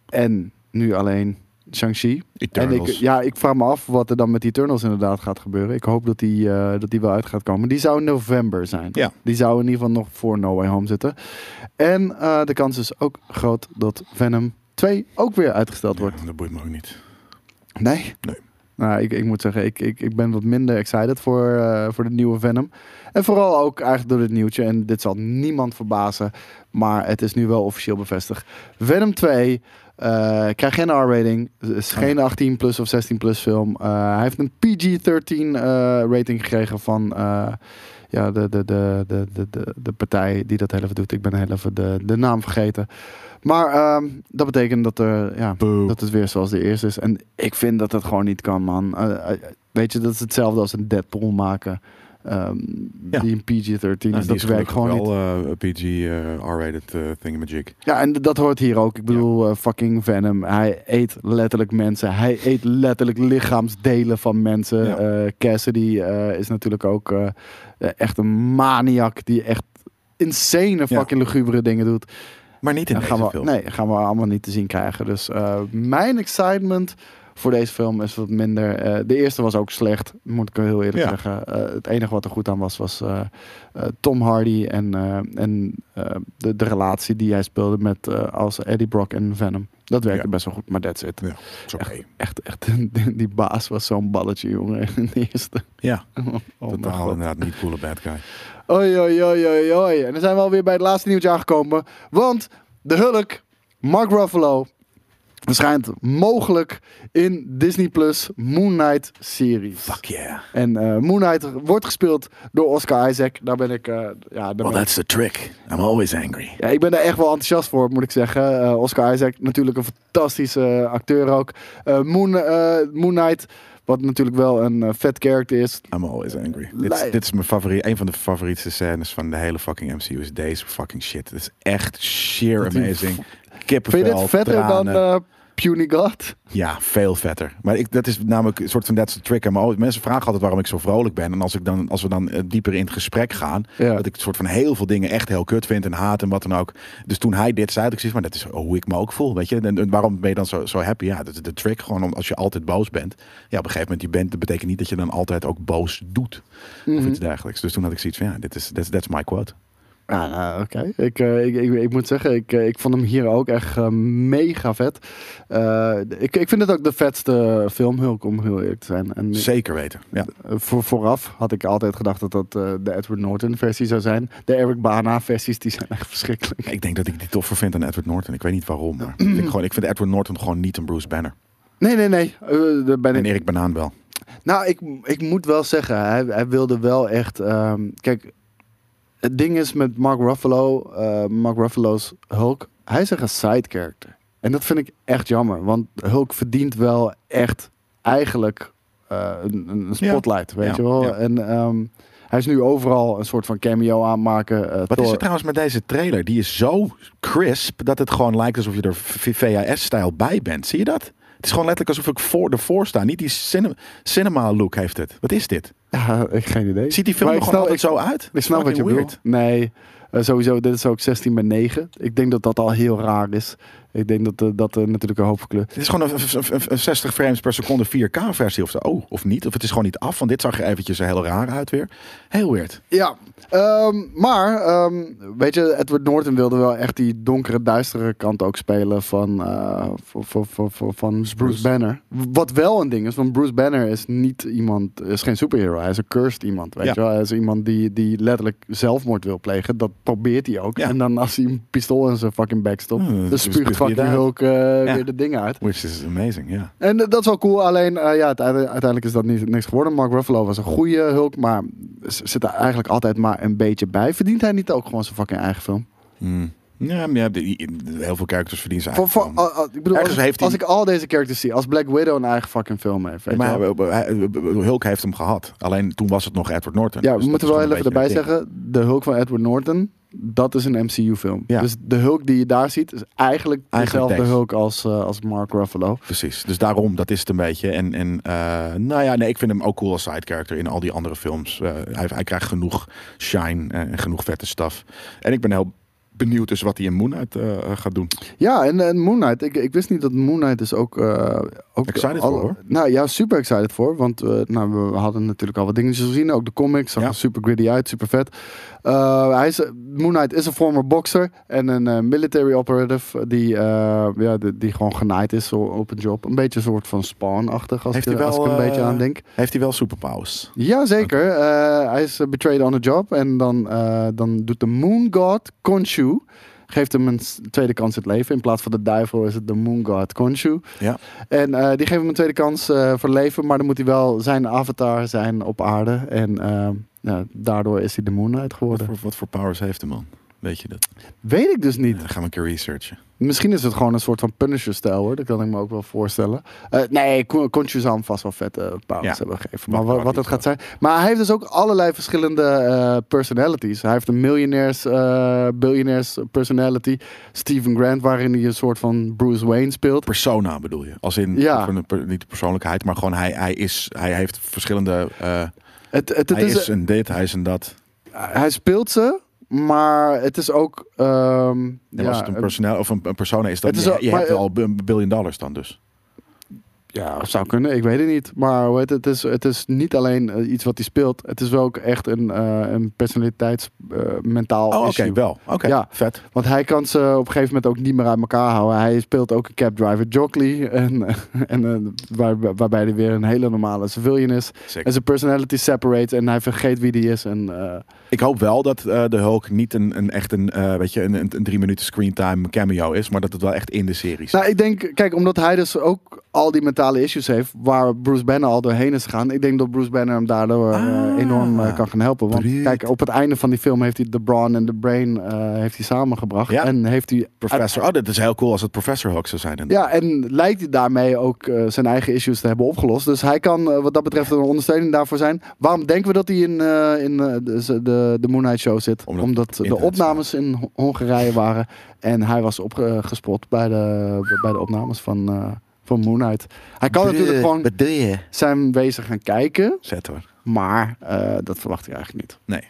Speaker 3: En nu alleen Shang-Chi. En ik,
Speaker 2: Eternals.
Speaker 3: ja, ik vraag me af wat er dan met die Eternals inderdaad gaat gebeuren. Ik hoop dat die, eh, dat die wel uit gaat komen. Die zou in november zijn.
Speaker 2: Ja.
Speaker 3: Die zou in ieder geval nog voor No Way Home zitten. En eh, de kans is ook groot dat Venom 2 ook weer uitgesteld wordt.
Speaker 2: Ja, dat boeit me ook niet.
Speaker 3: Nee?
Speaker 2: Nee.
Speaker 3: Nou, ik, ik moet zeggen, ik, ik, ik ben wat minder excited voor, eh, voor de nieuwe Venom. En vooral ook eigenlijk door dit nieuwtje. En dit zal niemand verbazen, maar het is nu wel officieel bevestigd. Venom 2 eh krijgt geen R-rating. Het is
Speaker 2: Oh ja.
Speaker 3: geen 18 plus of 16 plus film. Eh, hij heeft een PG-13 eh, rating gekregen van eh, ja, de, de, de, de, de, de, de partij die dat heel even doet. Ik ben heel even de, de naam vergeten. Maar ehm, dat betekent dat er... Ja,
Speaker 2: Boe.
Speaker 3: dat het weer zoals de eerste is. En ik vind dat dat gewoon niet kan, man. Eh, eh, weet je, dat is hetzelfde als een Deadpool maken. ehm,
Speaker 2: Ja.
Speaker 3: Die een PG-13
Speaker 2: Nou,
Speaker 3: is.
Speaker 2: die
Speaker 3: Dat
Speaker 2: is gelukkig
Speaker 3: werkt gewoon niet.
Speaker 2: wel eh, PG eh, R-rated eh thingamajig.
Speaker 3: Ja, en d- dat hoort hier ook. Ik bedoel, eh, fucking Venom. Hij eet letterlijk mensen. Hij eet letterlijk lichaamsdelen van mensen.
Speaker 2: Ja.
Speaker 3: Eh, Cassidy eh, is natuurlijk ook eh, eh, echt een maniak die echt insane
Speaker 2: Ja.
Speaker 3: fucking lugubere dingen doet.
Speaker 2: Maar niet in
Speaker 3: En
Speaker 2: deze
Speaker 3: gaan we,
Speaker 2: film.
Speaker 3: Nee, gaan we allemaal niet te zien krijgen. Dus eh, mijn excitement voor deze film is wat minder. Eh, de eerste was ook slecht, moet ik heel eerlijk
Speaker 2: Ja.
Speaker 3: zeggen. Eh, het enige wat er goed aan was, was eh, eh, Tom Hardy en, eh, en eh, de, de relatie die hij speelde met eh, als Eddie Brock en Venom. Dat werkte
Speaker 2: Ja.
Speaker 3: best wel goed, maar that's it.
Speaker 2: Ja, is oké.
Speaker 3: Echt, echt, die, die baas was zo'n balletje, jongen. In de eerste.
Speaker 2: Ja,
Speaker 3: Oh, mijn
Speaker 2: totaal
Speaker 3: God.
Speaker 2: inderdaad niet coole bad guy.
Speaker 3: Oi, oi, oi, oi, oi. En dan zijn we alweer bij het laatste nieuwtje aangekomen. Want de Hulk, Mark Ruffalo, verschijnt mogelijk in Disney Plus Moon Knight series.
Speaker 2: Fuck yeah.
Speaker 3: En eh, Moon Knight wordt gespeeld door Oscar Isaac. Daar ben ik, eh, ja, daar ben
Speaker 2: Well,
Speaker 3: ik-
Speaker 2: that's the trick. I'm always angry.
Speaker 3: ja, ik ben daar echt wel enthousiast voor, moet ik zeggen. Eh, Oscar Isaac, natuurlijk een fantastische eh, acteur ook. Eh, Moon, eh, Moon Knight, wat natuurlijk wel een eh, vet character is.
Speaker 2: I'm always angry.
Speaker 3: Lij-
Speaker 2: Dit is, dit is mijn favoriet, een van de favorietste scènes van de hele fucking MCU. Is deze fucking shit. Dit is echt sheer
Speaker 3: Dat die-
Speaker 2: amazing. Kippenvel,
Speaker 3: Vind je dit vetter dan
Speaker 2: tranen.
Speaker 3: eh Puny God?
Speaker 2: Ja, veel vetter. Maar ik, dat is namelijk een soort van that's the trick. Maar mensen vragen altijd waarom ik zo vrolijk ben. En als, ik dan, als we dan eh, dieper in het gesprek gaan,
Speaker 3: Ja.
Speaker 2: dat ik een soort van heel veel dingen echt heel kut vind en haat en wat dan ook. Dus toen hij dit zei, had ik zoiets van, maar dat is hoe ik me ook voel. Weet je? En, en waarom ben je dan zo, zo happy? Ja, dat is de trick. Gewoon om, als je altijd boos bent. Ja, op een gegeven moment je bent, dat betekent niet dat je
Speaker 3: Mhm.
Speaker 2: dan altijd ook boos doet. Of iets dergelijks. Dus toen had ik zoiets van, ja, dit is, that's, that's my quote.
Speaker 3: Ja, nou, oké. Ik, eh, ik, ik, ik moet zeggen, ik, eh, ik vond hem hier ook echt eh, mega vet. Eh, ik, ik vind het ook de vetste filmhulk, om heel eerlijk te zijn. En
Speaker 2: Zeker weten. Ja.
Speaker 3: eh, voor, vooraf had ik altijd gedacht dat dat eh, de Edward Norton versie zou zijn. De Eric Bana versies, die zijn echt verschrikkelijk.
Speaker 2: Ik denk dat ik die toffer vind dan Edward Norton. Ik weet niet waarom. Maar ik, vind gewoon, ik vind Edward Norton gewoon niet een Bruce Banner.
Speaker 3: Nee, nee, nee. Eh, daar ben
Speaker 2: En
Speaker 3: ik
Speaker 2: Erik Banaan wel.
Speaker 3: Nou, ik, ik moet wel zeggen, hij, hij wilde wel echt. ehm, kijk, het ding is met Mark Ruffalo, eh, Mark Ruffalo's Hulk, hij is echt een side character. En dat vind ik echt jammer, want Hulk verdient wel echt eigenlijk eh, een, een een spotlight, weet
Speaker 2: Ja,
Speaker 3: je wel.
Speaker 2: ja.
Speaker 3: En ehm, hij is nu overal een soort van cameo aanmaken. eh,
Speaker 2: Wat is
Speaker 3: Thor-
Speaker 2: er trouwens met deze trailer? Die is zo crisp dat het gewoon lijkt alsof je er VHS-stijl bij bent. Zie je dat? Het is gewoon letterlijk alsof ik voor ervoor sta. Niet die cine- cinema-look heeft het. Wat is dit?
Speaker 3: Ja, ik geen idee.
Speaker 2: Ziet die film
Speaker 3: Maar
Speaker 2: er
Speaker 3: ik
Speaker 2: gewoon
Speaker 3: snap-
Speaker 2: altijd zo uit?
Speaker 3: Ik snap wat je
Speaker 2: Fucking
Speaker 3: bedoelt. Nee, eh, sowieso, dit is ook 16 bij 9. Ik denk dat dat al heel raar is. Ik denk dat eh, dat eh, natuurlijk een hoop kleur.
Speaker 2: Het is gewoon een, een- een- een 60 frames per seconde 4K-versie of zo. Oh, of niet. Of het is gewoon niet af, want dit zag er eventjes heel raar uit weer. Heel weird.
Speaker 3: Ja, ehm, maar ehm, weet je, Edward Norton wilde wel echt die donkere, duistere kant ook spelen van, eh, van, van, van, van- van Bruce. Banner. Wat wel een ding is, want Bruce Banner is niet iemand, is geen superhero. Hij is een cursed iemand, weet
Speaker 2: Ja.
Speaker 3: je wel. Hij is iemand die, die letterlijk zelfmoord wil plegen. Dat probeert hij ook.
Speaker 2: Ja.
Speaker 3: En dan als hij een pistool in zijn fucking back stopt,
Speaker 2: Ja, dan
Speaker 3: dan
Speaker 2: spuugt hij
Speaker 3: spuugt fucking
Speaker 2: het uit.
Speaker 3: Hulk eh,
Speaker 2: Ja.
Speaker 3: weer de dingen uit.
Speaker 2: Which is amazing, ja.
Speaker 3: En eh, dat is wel cool. Alleen, eh, ja, uiteinde- uiteindelijk is dat niet, niks geworden. Mark Ruffalo was een goede hulk, maar z- zit er eigenlijk altijd maar een beetje bij. Verdient hij niet ook gewoon zijn fucking eigen film?
Speaker 2: Hmm. Ja, maar ja, die- heel veel characters verdienen zijn
Speaker 3: Voor,
Speaker 2: eigen
Speaker 3: voor,
Speaker 2: film.
Speaker 3: al- al- ik bedoel,
Speaker 2: Ergens
Speaker 3: als,
Speaker 2: heeft hij-
Speaker 3: als ik al deze characters zie, als Black Widow een eigen fucking film heeft. weet je
Speaker 2: maar
Speaker 3: wel.
Speaker 2: hij- hij- Hulk heeft hem gehad. Alleen toen was het nog Edward Norton.
Speaker 3: ja,
Speaker 2: Dus
Speaker 3: we
Speaker 2: dat
Speaker 3: moeten
Speaker 2: is nog
Speaker 3: wel heel
Speaker 2: een
Speaker 3: even erbij
Speaker 2: beetje een
Speaker 3: zeggen, de hulk van Edward Norton, dat is een MCU-film.
Speaker 2: Ja.
Speaker 3: Dus de hulk die je daar ziet, is eigenlijk,
Speaker 2: Eigenlijk
Speaker 3: dezelfde
Speaker 2: deze.
Speaker 3: hulk als, eh, als Mark Ruffalo.
Speaker 2: ding. Precies. Dus daarom, dat is het een beetje. En, en eh, nou ja, nee, ik vind hem ook cool als side character in al die andere films. Eh, hij, hij krijgt genoeg shine en genoeg vette staf. En ik ben heel benieuwd dus wat hij in Moon Knight eh, gaat doen.
Speaker 3: Ja, en, en Moon Knight. Ik, ik wist niet dat Moon Knight is ook... eh, ook
Speaker 2: Excited voor, hoor.
Speaker 3: Nou ja, super excited voor. Want eh, nou, we hadden natuurlijk al wat dingetjes gezien. Ook de comics zag
Speaker 2: Ja.
Speaker 3: er super gritty uit, super vet. Eh, hij is, Moon Knight is een former boxer en een eh, military operative die, eh, ja, die, die gewoon genaaid is o- op een job. Een beetje een soort van Spawn-achtig, als,
Speaker 2: Heeft
Speaker 3: ik-
Speaker 2: hij
Speaker 3: als ik
Speaker 2: wel,
Speaker 3: een beetje
Speaker 2: eh,
Speaker 3: aan denk.
Speaker 2: Heeft hij wel superpowers?
Speaker 3: Jazeker. Eh, hij is eh, betrayed on the job. En dan, eh, dan doet de Moon God Khonshu. Geeft hem een s- tweede kans in het leven. In plaats van de duivel is het de Moon God Khonshu.
Speaker 2: Ja.
Speaker 3: En eh, die geeft hem een tweede kans eh, voor het leven. Maar dan moet hij wel zijn avatar zijn op aarde. En eh, ja, daardoor is hij de Moon Knight
Speaker 2: Wat
Speaker 3: geworden.
Speaker 2: voor, wat voor powers heeft de man? Weet je dat?
Speaker 3: Weet ik dus niet.
Speaker 2: Ja, dan gaan we een keer researchen.
Speaker 3: Misschien is het gewoon een soort van Punisher-stijl hoor. Dat kan ik me ook wel voorstellen. Eh, nee, Con- Conchu zou hem vast wel vette powers
Speaker 2: Ja.
Speaker 3: hebben gegeven.
Speaker 2: Wat-
Speaker 3: Maar wat,
Speaker 2: wat
Speaker 3: wat het
Speaker 2: iets
Speaker 3: gaat zijn. Maar hij heeft dus ook allerlei verschillende eh, personalities. Hij heeft een miljonairs, eh billionaires personality. Stephen Grant, waarin hij een soort van Bruce Wayne speelt.
Speaker 2: Persona bedoel je? Als in,
Speaker 3: Ja.
Speaker 2: van een per- niet de persoonlijkheid, maar gewoon hij, hij, is, hij heeft verschillende... eh,
Speaker 3: Het, het, het
Speaker 2: hij
Speaker 3: is,
Speaker 2: is een dit, hij is een dat.
Speaker 3: hij speelt ze, maar het is ook. ehm,
Speaker 2: En als het een, personeel, of een, een persona is, dan
Speaker 3: Het is
Speaker 2: je,
Speaker 3: al-
Speaker 2: je
Speaker 3: maar,
Speaker 2: hebt
Speaker 3: eh,
Speaker 2: al een billion dollars dan dus.
Speaker 3: Ja, zou kunnen. Ik weet het niet. Maar hoe heet het, het, is, het is niet alleen eh, iets wat hij speelt. Het is wel ook echt een, eh, een personaliteitsmentaal
Speaker 2: Oh, oké,
Speaker 3: issue.
Speaker 2: wel. Oké,
Speaker 3: Ja.
Speaker 2: vet.
Speaker 3: Want hij kan ze op een gegeven moment ook niet meer uit elkaar houden. Hij speelt ook een cabdriver jockey. En, en, eh, waar, waarbij hij weer een hele normale civilian is. En
Speaker 2: Zeker.
Speaker 3: zijn personality separates en hij vergeet wie die is. En, eh,
Speaker 2: Ik hoop wel dat eh, de Hulk niet een, een echt een, eh, weet je, een, een, een drie minuten screentime cameo is, maar dat het wel echt in de serie is.
Speaker 3: Nou, ik denk, kijk, omdat hij dus ook al die mentale issues heeft... waar Bruce Banner al doorheen is gegaan... ik denk dat Bruce Banner hem daardoor eh,
Speaker 2: Ah,
Speaker 3: enorm eh, kan gaan helpen. Want
Speaker 2: Bruut.
Speaker 3: kijk, op het einde van die film heeft hij de brawn en de brain eh, heeft hij samengebracht.
Speaker 2: Ja.
Speaker 3: En heeft hij...
Speaker 2: professor. Oh, dat is heel cool als het Professor Hulk zou zijn. En-
Speaker 3: eh, Ja, en lijkt hij daarmee ook eh, zijn eigen issues te hebben opgelost. Dus hij kan eh, wat dat betreft een ondersteuning daarvoor zijn. Waarom denken we dat hij in, eh, in eh, de, de, de Moon Knight Show zit?
Speaker 2: Omdat
Speaker 3: Omdat, de
Speaker 2: internet
Speaker 3: opnames in Ho- Hongarije waren. En hij was opgespot bij de, bij de opnames van, eh, van Moon Knight. Hij kan natuurlijk gewoon
Speaker 2: Wat doe je?
Speaker 3: zijn wezen gaan kijken.
Speaker 2: Zet hoor.
Speaker 3: Maar eh, dat verwacht ik eigenlijk niet.
Speaker 2: Nee.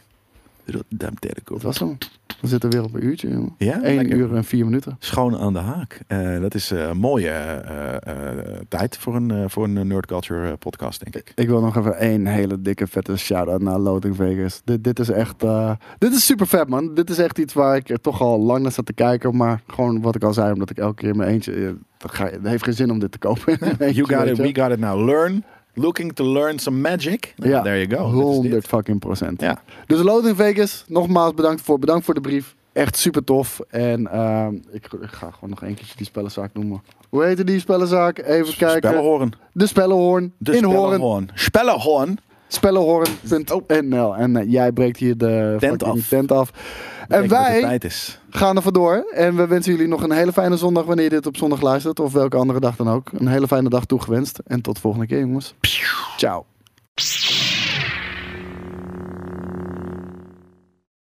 Speaker 2: Rotterdam Telekom.
Speaker 3: Dat was hem. We zitten weer op een uurtje, jongen.
Speaker 2: Ja,
Speaker 3: 1
Speaker 2: lekker.
Speaker 3: uur en 4 minuten.
Speaker 2: Schoon aan de haak. Eh, dat is eh, een mooie eh, eh, eh, tijd voor een, eh, voor een eh, nerd culture eh, podcast, denk ik.
Speaker 3: Ik wil nog even één hele dikke vette shout-out naar Loading Vegas. Dit, dit is echt... eh, dit is super vet, man. Dit is echt iets waar ik eh, toch al lang naar zat te kijken. Maar gewoon wat ik al zei, omdat ik elke keer in mijn eentje... eh, dat ga, het heeft geen zin om dit te kopen.
Speaker 2: You got it, we got it now. Learn. Looking to learn some magic. Nou,
Speaker 3: Ja,
Speaker 2: there you go. Dit is dit.
Speaker 3: 100 fucking procent.
Speaker 2: Ja.
Speaker 3: Dus Loading Vegas, nogmaals bedankt voor, bedankt voor de brief. Echt super tof. En ehm, ik, ik ga gewoon nog één keertje die spellenzaak noemen. Hoe heette die spellenzaak? Even kijken.
Speaker 2: Spellenhoorn.
Speaker 3: De Spellenhoorn.
Speaker 2: De
Speaker 3: in Hoorn.
Speaker 2: Spellenhoorn. Spellenhoorn.
Speaker 3: Spellenhoorn.nl. En eh, jij breekt hier de
Speaker 2: Tent
Speaker 3: fucking
Speaker 2: af.
Speaker 3: tent af. En
Speaker 2: Denk dat het
Speaker 3: wij
Speaker 2: tijd is.
Speaker 3: gaan er vandoor. En we wensen jullie nog een hele fijne zondag wanneer je dit op zondag luistert. Of welke andere dag dan ook. Een hele fijne dag toegewenst. En tot volgende keer jongens. Ciao.